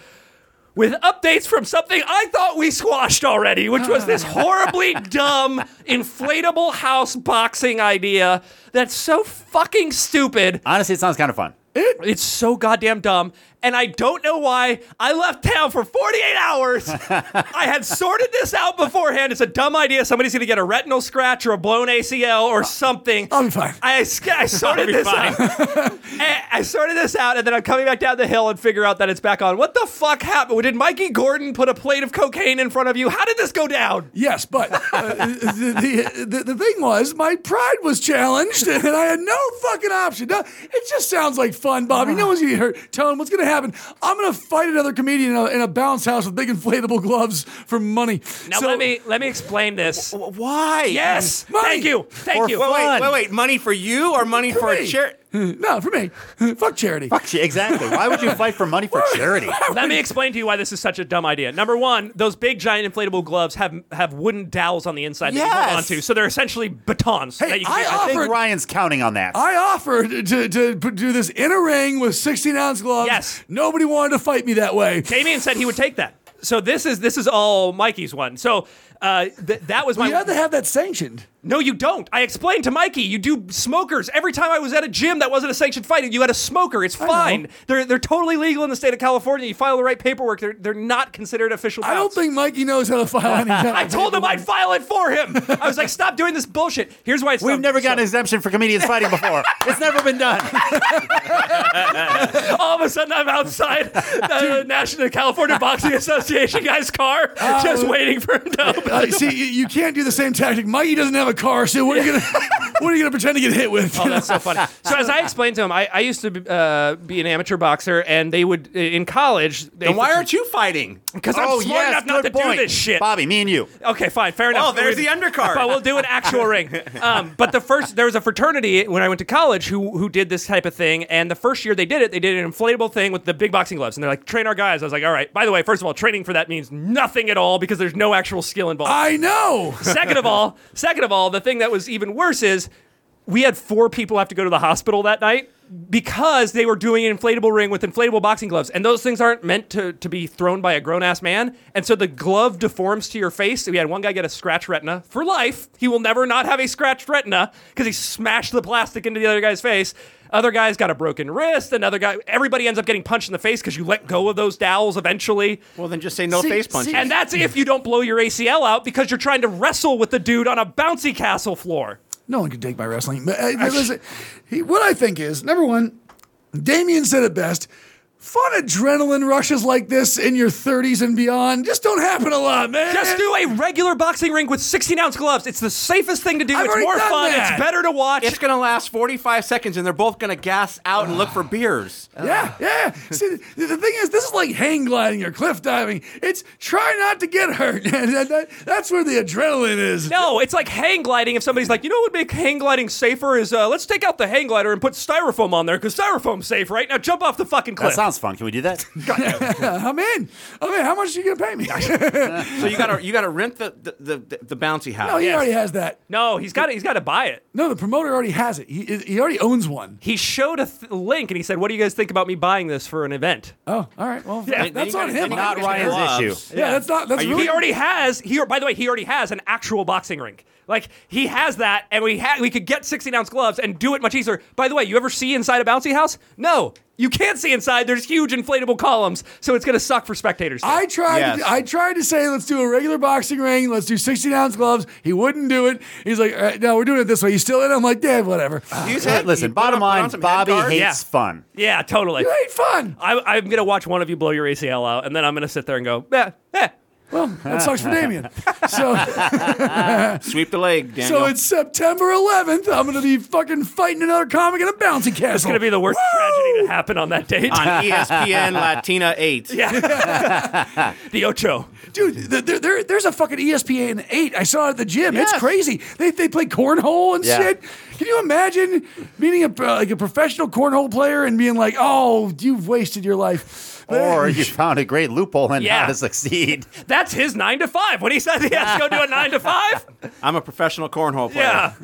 Speaker 5: with updates from something I thought we squashed already, which was this horribly dumb inflatable house boxing idea that's so fucking stupid.
Speaker 4: Honestly, it sounds kind of fun.
Speaker 5: It's so goddamn dumb. And I don't know why I left town for 48 hours. I had sorted this out beforehand. It's a dumb idea. Somebody's going to get a retinal scratch or a blown ACL or something.
Speaker 2: I'll be fine.
Speaker 5: I, sc- I sorted this out. I, I sorted this out, and then I'm coming back down the hill and figure out that it's back on. What the fuck happened? Did Mikey Gordon put a plate of cocaine in front of you? How did this go down?
Speaker 2: Yes, but uh, the, the, the the thing was, my pride was challenged, and I had no fucking option. No, it just sounds like fun, Bobby. No one's gonna get hurt. Tell him what's gonna happen. I'm gonna fight another comedian in a, in a bounce house with big inflatable gloves for money.
Speaker 5: Now
Speaker 2: So-
Speaker 5: let me let me explain this.
Speaker 3: W- Why?
Speaker 5: Yes,
Speaker 2: Money.
Speaker 5: thank you, thank
Speaker 4: Or
Speaker 5: you.
Speaker 3: Wait, wait,
Speaker 4: Fun.
Speaker 3: wait, wait. Money for you or money for a
Speaker 2: me.
Speaker 3: charity?
Speaker 2: No, for me. Fuck charity.
Speaker 4: Fuck you. Exactly. Why would you fight for money for charity?
Speaker 5: Let me explain to you why this is such a dumb idea. Number one, those big giant inflatable gloves have have wooden dowels on the inside that you hold
Speaker 3: Yes.
Speaker 5: onto, so they're essentially batons.
Speaker 2: Hey,
Speaker 5: that you
Speaker 2: I
Speaker 5: get-
Speaker 4: I
Speaker 2: offered-
Speaker 4: think Ryan's counting on that.
Speaker 2: I offered to, to put- do this in a ring with 16 ounce gloves.
Speaker 5: Yes.
Speaker 2: Nobody wanted to fight me that way.
Speaker 5: Damien said he would take that. So this is this is all Mikey's one. So uh, th- that was my.
Speaker 2: You had to have that sanctioned.
Speaker 5: no, you don't. I explained to Mikey. You do smokers. Every time I was at a gym that wasn't a sanctioned fight, you had a smoker. It's fine. They're they're totally legal in the state of California. You file the right paperwork. They're they're not considered official.
Speaker 2: I don't
Speaker 5: bouts.
Speaker 2: think Mikey knows how to file any kind of
Speaker 5: I told him I'd file it for him. I was like, stop doing this bullshit. Here's why it's
Speaker 4: We've
Speaker 5: dumb.
Speaker 4: never
Speaker 5: So-
Speaker 4: gotten an exemption for comedians fighting before. It's never been done.
Speaker 5: all of a sudden I'm outside the National California Boxing Association guy's car,
Speaker 4: Oh.
Speaker 5: just waiting for him to open.
Speaker 2: Uh, see, you, you can't do the same tactic. Mikey doesn't have a car, so what are you gonna what are you gonna pretend to get hit with?
Speaker 5: Oh, that's so funny. So as I explained to him, I, I used to be, uh, be an amateur boxer, and they would in college. They,
Speaker 3: Then why aren't you fighting?
Speaker 5: Because I'm smart
Speaker 4: Oh, yes,
Speaker 5: enough not to
Speaker 4: good point.
Speaker 5: do this shit.
Speaker 4: Bobby, me and you.
Speaker 5: Okay, fine, fair enough.
Speaker 3: Oh, there's
Speaker 5: We-
Speaker 3: the undercard.
Speaker 5: But we'll do an actual ring. Um, but the first, there was a fraternity when I went to college who who did this type of thing, and the first year they did it, they did an inflatable thing with the big boxing gloves, and they're like, train our guys. I was like, all right. By the way, first of all, training for that means nothing at all because there's no actual skill involved.
Speaker 2: I know.
Speaker 5: second of all, second of all, the thing that was even worse is we had four people have to go to the hospital that night because they were doing an inflatable ring with inflatable boxing gloves. And those things aren't meant to, to be thrown by a grown ass man. And so the glove deforms to your face. We had one guy get a scratch retina for life. He will never not have a scratched retina because he smashed the plastic into the other guy's face. Other guy's got a broken wrist. Another guy, everybody ends up getting punched in the face because you let go of those dowels eventually.
Speaker 3: Well, then just say no
Speaker 4: See-
Speaker 3: face
Speaker 4: see-
Speaker 3: punches.
Speaker 5: And that's if you don't blow your ACL out because you're trying to wrestle with the dude on a bouncy castle floor.
Speaker 2: No one can take my wrestling. But, uh, listen, he- what I think is number one, Damien said it best. Fun adrenaline rushes like this in your 30s and beyond just don't happen a lot, man.
Speaker 5: Just do a regular boxing ring with 16 ounce gloves. It's the safest thing to do.
Speaker 2: I've
Speaker 5: it's
Speaker 2: already
Speaker 5: more
Speaker 2: done
Speaker 5: fun.
Speaker 2: that.
Speaker 5: It's better to watch.
Speaker 3: it's going to last 45 seconds, and they're both going to gas out and look for beers.
Speaker 2: Yeah, yeah.
Speaker 5: Uh.
Speaker 2: See, the the thing is, this is like hang gliding or cliff diving. It's try not to get hurt. And that- that- That's where the adrenaline is.
Speaker 5: no, it's like hang gliding. If somebody's like, you know what would make hang gliding safer is uh, let's take out the hang glider and put styrofoam on there because styrofoam's safe, right? Now jump off the fucking
Speaker 4: That
Speaker 5: cliff.
Speaker 4: sounds fun. Can we do that?
Speaker 2: I'm in. I'm in. How much are you going to pay me?
Speaker 3: So you got to you got to rent the the, the the bouncy house.
Speaker 2: no, Oh, he already has that.
Speaker 5: no, he's got he's got to buy it.
Speaker 2: No, the promoter already has it. He, he already owns one.
Speaker 5: He showed a th- link and he said, "What do you guys think about me buying this for an event?"
Speaker 2: Oh, all right. Well,
Speaker 5: Yeah.
Speaker 2: that- that's
Speaker 3: Then
Speaker 2: on
Speaker 3: you gotta-
Speaker 2: him.
Speaker 3: then you
Speaker 4: Not
Speaker 3: gotta get
Speaker 4: Ryan's
Speaker 3: gloves.
Speaker 4: issue.
Speaker 2: yeah, that's not. That's
Speaker 3: Are you-
Speaker 2: really.
Speaker 5: he already has he by the way he already has an actual boxing ring like he has that and we ha- we could get 16 ounce gloves and do it much easier by the way you ever see inside a bouncy house no you can't see inside there's huge inflatable columns so it's going to suck for spectators too.
Speaker 2: I tried.
Speaker 3: Yes.
Speaker 2: I tried to say, let's do a regular boxing ring. Let's do 16 ounce gloves. He wouldn't do it. He's like, all right, no, we're doing it this way. You still in? I'm like, Dad, whatever.
Speaker 3: Use
Speaker 4: Hey,
Speaker 3: head-
Speaker 4: Listen,
Speaker 3: you put
Speaker 4: bottom
Speaker 3: on- put on
Speaker 4: line,
Speaker 3: some head
Speaker 4: Bobby
Speaker 3: guards.
Speaker 4: hates
Speaker 5: Yeah.
Speaker 4: fun.
Speaker 5: yeah totally
Speaker 2: It ain't fun.
Speaker 5: I, i'm going to watch one of you blow your acl out and then i'm going to sit there and go eh, eh.
Speaker 2: Well, that sucks for Damien. So,
Speaker 3: Sweep the leg, Daniel.
Speaker 2: so it's September 11th. I'm gonna be fucking fighting another comic in a bouncy castle.
Speaker 5: it's going to be the worst tragedy to happen on that date
Speaker 3: on E- ESPN Latina 8.
Speaker 5: the ocho
Speaker 2: Dude, th- there, E there, there's a fucking ESPN 8 I saw it at the gym. It's
Speaker 4: Yes.
Speaker 2: crazy. They, they play cornhole and
Speaker 4: Yeah.
Speaker 2: shit. Can you imagine meeting a uh, like a professional cornhole player and being like, "Oh, you've wasted your life."
Speaker 4: Or you found a great loophole in
Speaker 5: Yeah.
Speaker 4: how to succeed.
Speaker 5: That's his nine to five. When he says he has to go do a nine to five,
Speaker 3: I'm a professional cornhole player.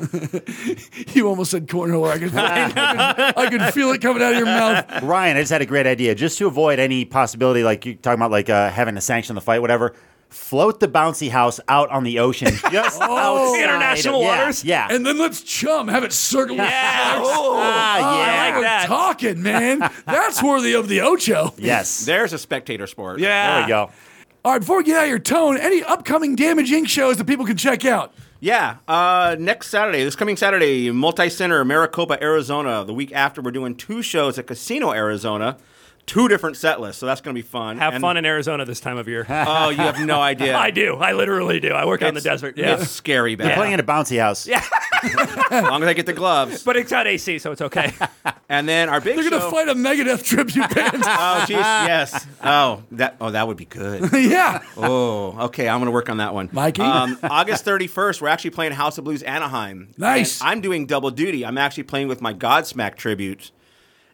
Speaker 5: yeah,
Speaker 2: you almost said cornhole. I could, I, could, I could feel it coming out of your mouth.
Speaker 4: Ryan, I just had a great idea. Just to avoid any possibility, like you talking about, like uh, having to sanction the fight, whatever. Float the bouncy house out on the ocean, just outside of-
Speaker 5: Oh. International
Speaker 4: yeah,
Speaker 5: waters?
Speaker 4: Yeah,
Speaker 2: And then let's chum, have it circle.
Speaker 5: yeah, oh,
Speaker 4: Ah,
Speaker 2: Oh,
Speaker 4: yeah.
Speaker 5: I like that.
Speaker 2: Talking, man. That's worthy of the Ocho.
Speaker 4: yes.
Speaker 3: There's a spectator sport.
Speaker 5: yeah.
Speaker 4: There we go.
Speaker 2: All right, before we get out of your tone, any upcoming Damage Inc. shows that people can check out?
Speaker 3: Yeah. Uh, next Saturday, this coming Saturday, Multi Center, Maricopa, Arizona. The week after, we're doing two shows at Casino, Arizona. Two different set lists, so that's going to be fun.
Speaker 5: Have
Speaker 3: And-
Speaker 5: fun in Arizona this time of year.
Speaker 3: Oh, you have no idea.
Speaker 5: I do. I literally do. I work out in the
Speaker 3: It's-
Speaker 5: desert. Yeah.
Speaker 3: It's scary back.
Speaker 4: You're playing in a bouncy house. Yeah.
Speaker 3: as long as I get the gloves.
Speaker 5: But it's got AC, so it's okay.
Speaker 3: And then our big
Speaker 2: They're going to
Speaker 3: show-
Speaker 2: fight a Megadeth tribute band.
Speaker 3: Oh, jeez, yes. Oh, that. Oh, that would be good.
Speaker 2: yeah.
Speaker 3: Oh, okay. I'm gonna work on that one, Um,
Speaker 2: Mikey?
Speaker 3: August 31st, we're actually playing House of Blues Anaheim.
Speaker 2: Nice.
Speaker 3: And I'm doing double duty. I'm actually playing with my Godsmack tribute,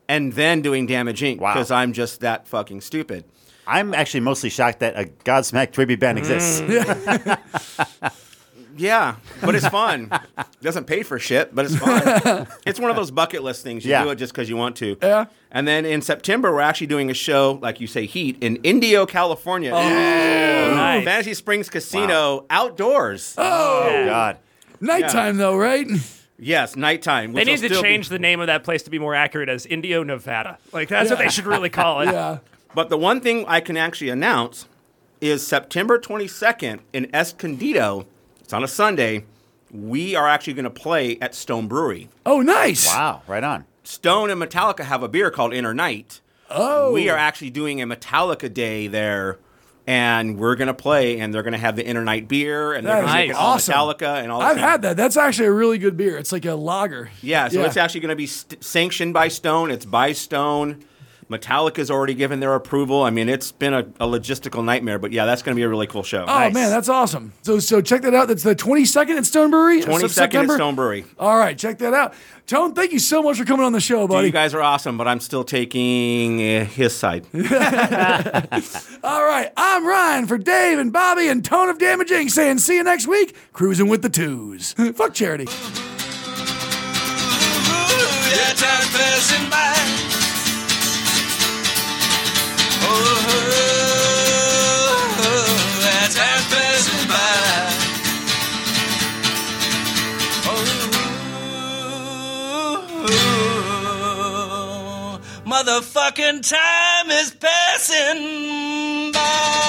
Speaker 3: and then doing Damage Inc.
Speaker 4: Wow.
Speaker 3: Because I'm just that fucking stupid.
Speaker 4: I'm actually mostly shocked that a Godsmack tribute band exists.
Speaker 3: Yeah, but it's fun. Doesn't pay for shit, but it's fun. it's one of those bucket list things. You
Speaker 4: Yeah.
Speaker 3: do it just because you want to.
Speaker 2: Yeah.
Speaker 3: And then in September, we're actually doing a show, like you say, Heat in Indio, California.
Speaker 2: Oh,
Speaker 5: nice.
Speaker 3: Fantasy Springs Casino outdoors.
Speaker 4: Oh God.
Speaker 2: Nighttime, though, right?
Speaker 3: Yes, nighttime.
Speaker 5: They
Speaker 3: which
Speaker 5: need
Speaker 3: will
Speaker 5: to
Speaker 3: still be-
Speaker 5: change the name of that place to be more accurate as Indio, Nevada. Like that's what they should really call it.
Speaker 2: Yeah.
Speaker 3: But the one thing I can actually announce is September 22nd in Escondido. It's on a Sunday. We are actually going to play at Stone Brewery.
Speaker 2: Oh, nice.
Speaker 4: Wow. Right on.
Speaker 3: Stone and Metallica have a beer called Inner Night. Oh. We are actually doing a Metallica day there, and we're going to play, and they're going to have the Inner Night beer, and they're
Speaker 2: That
Speaker 3: going to
Speaker 5: is
Speaker 3: make it all
Speaker 2: awesome.
Speaker 3: Metallica and all
Speaker 2: I've
Speaker 3: that.
Speaker 2: had that. That's actually a really good beer. It's like a lager.
Speaker 3: Yeah, so it's actually going to be st- sanctioned by Stone. It's by Stone. Metallica's already given their approval. I mean, it's been a, a logistical nightmare, but yeah, that's going to be a really cool show.
Speaker 2: Oh, man, that's awesome. So so check that out. That's the 22nd at Stone Brewery. of
Speaker 3: 22nd
Speaker 2: September.
Speaker 3: at Stone Brewery.
Speaker 2: All right, check that out. Tone, thank you so much for coming on the show, buddy.
Speaker 3: You guys are awesome, but I'm still taking uh, his side.
Speaker 2: All right, I'm Ryan for Dave and Bobby and Tone of Damaging saying see you next week, cruising with the twos. Fuck charity.
Speaker 1: Ooh, yeah, time passing by. Oh, oh, oh, yeah, time passing by. Oh, oh, oh, motherfucking time is passing by.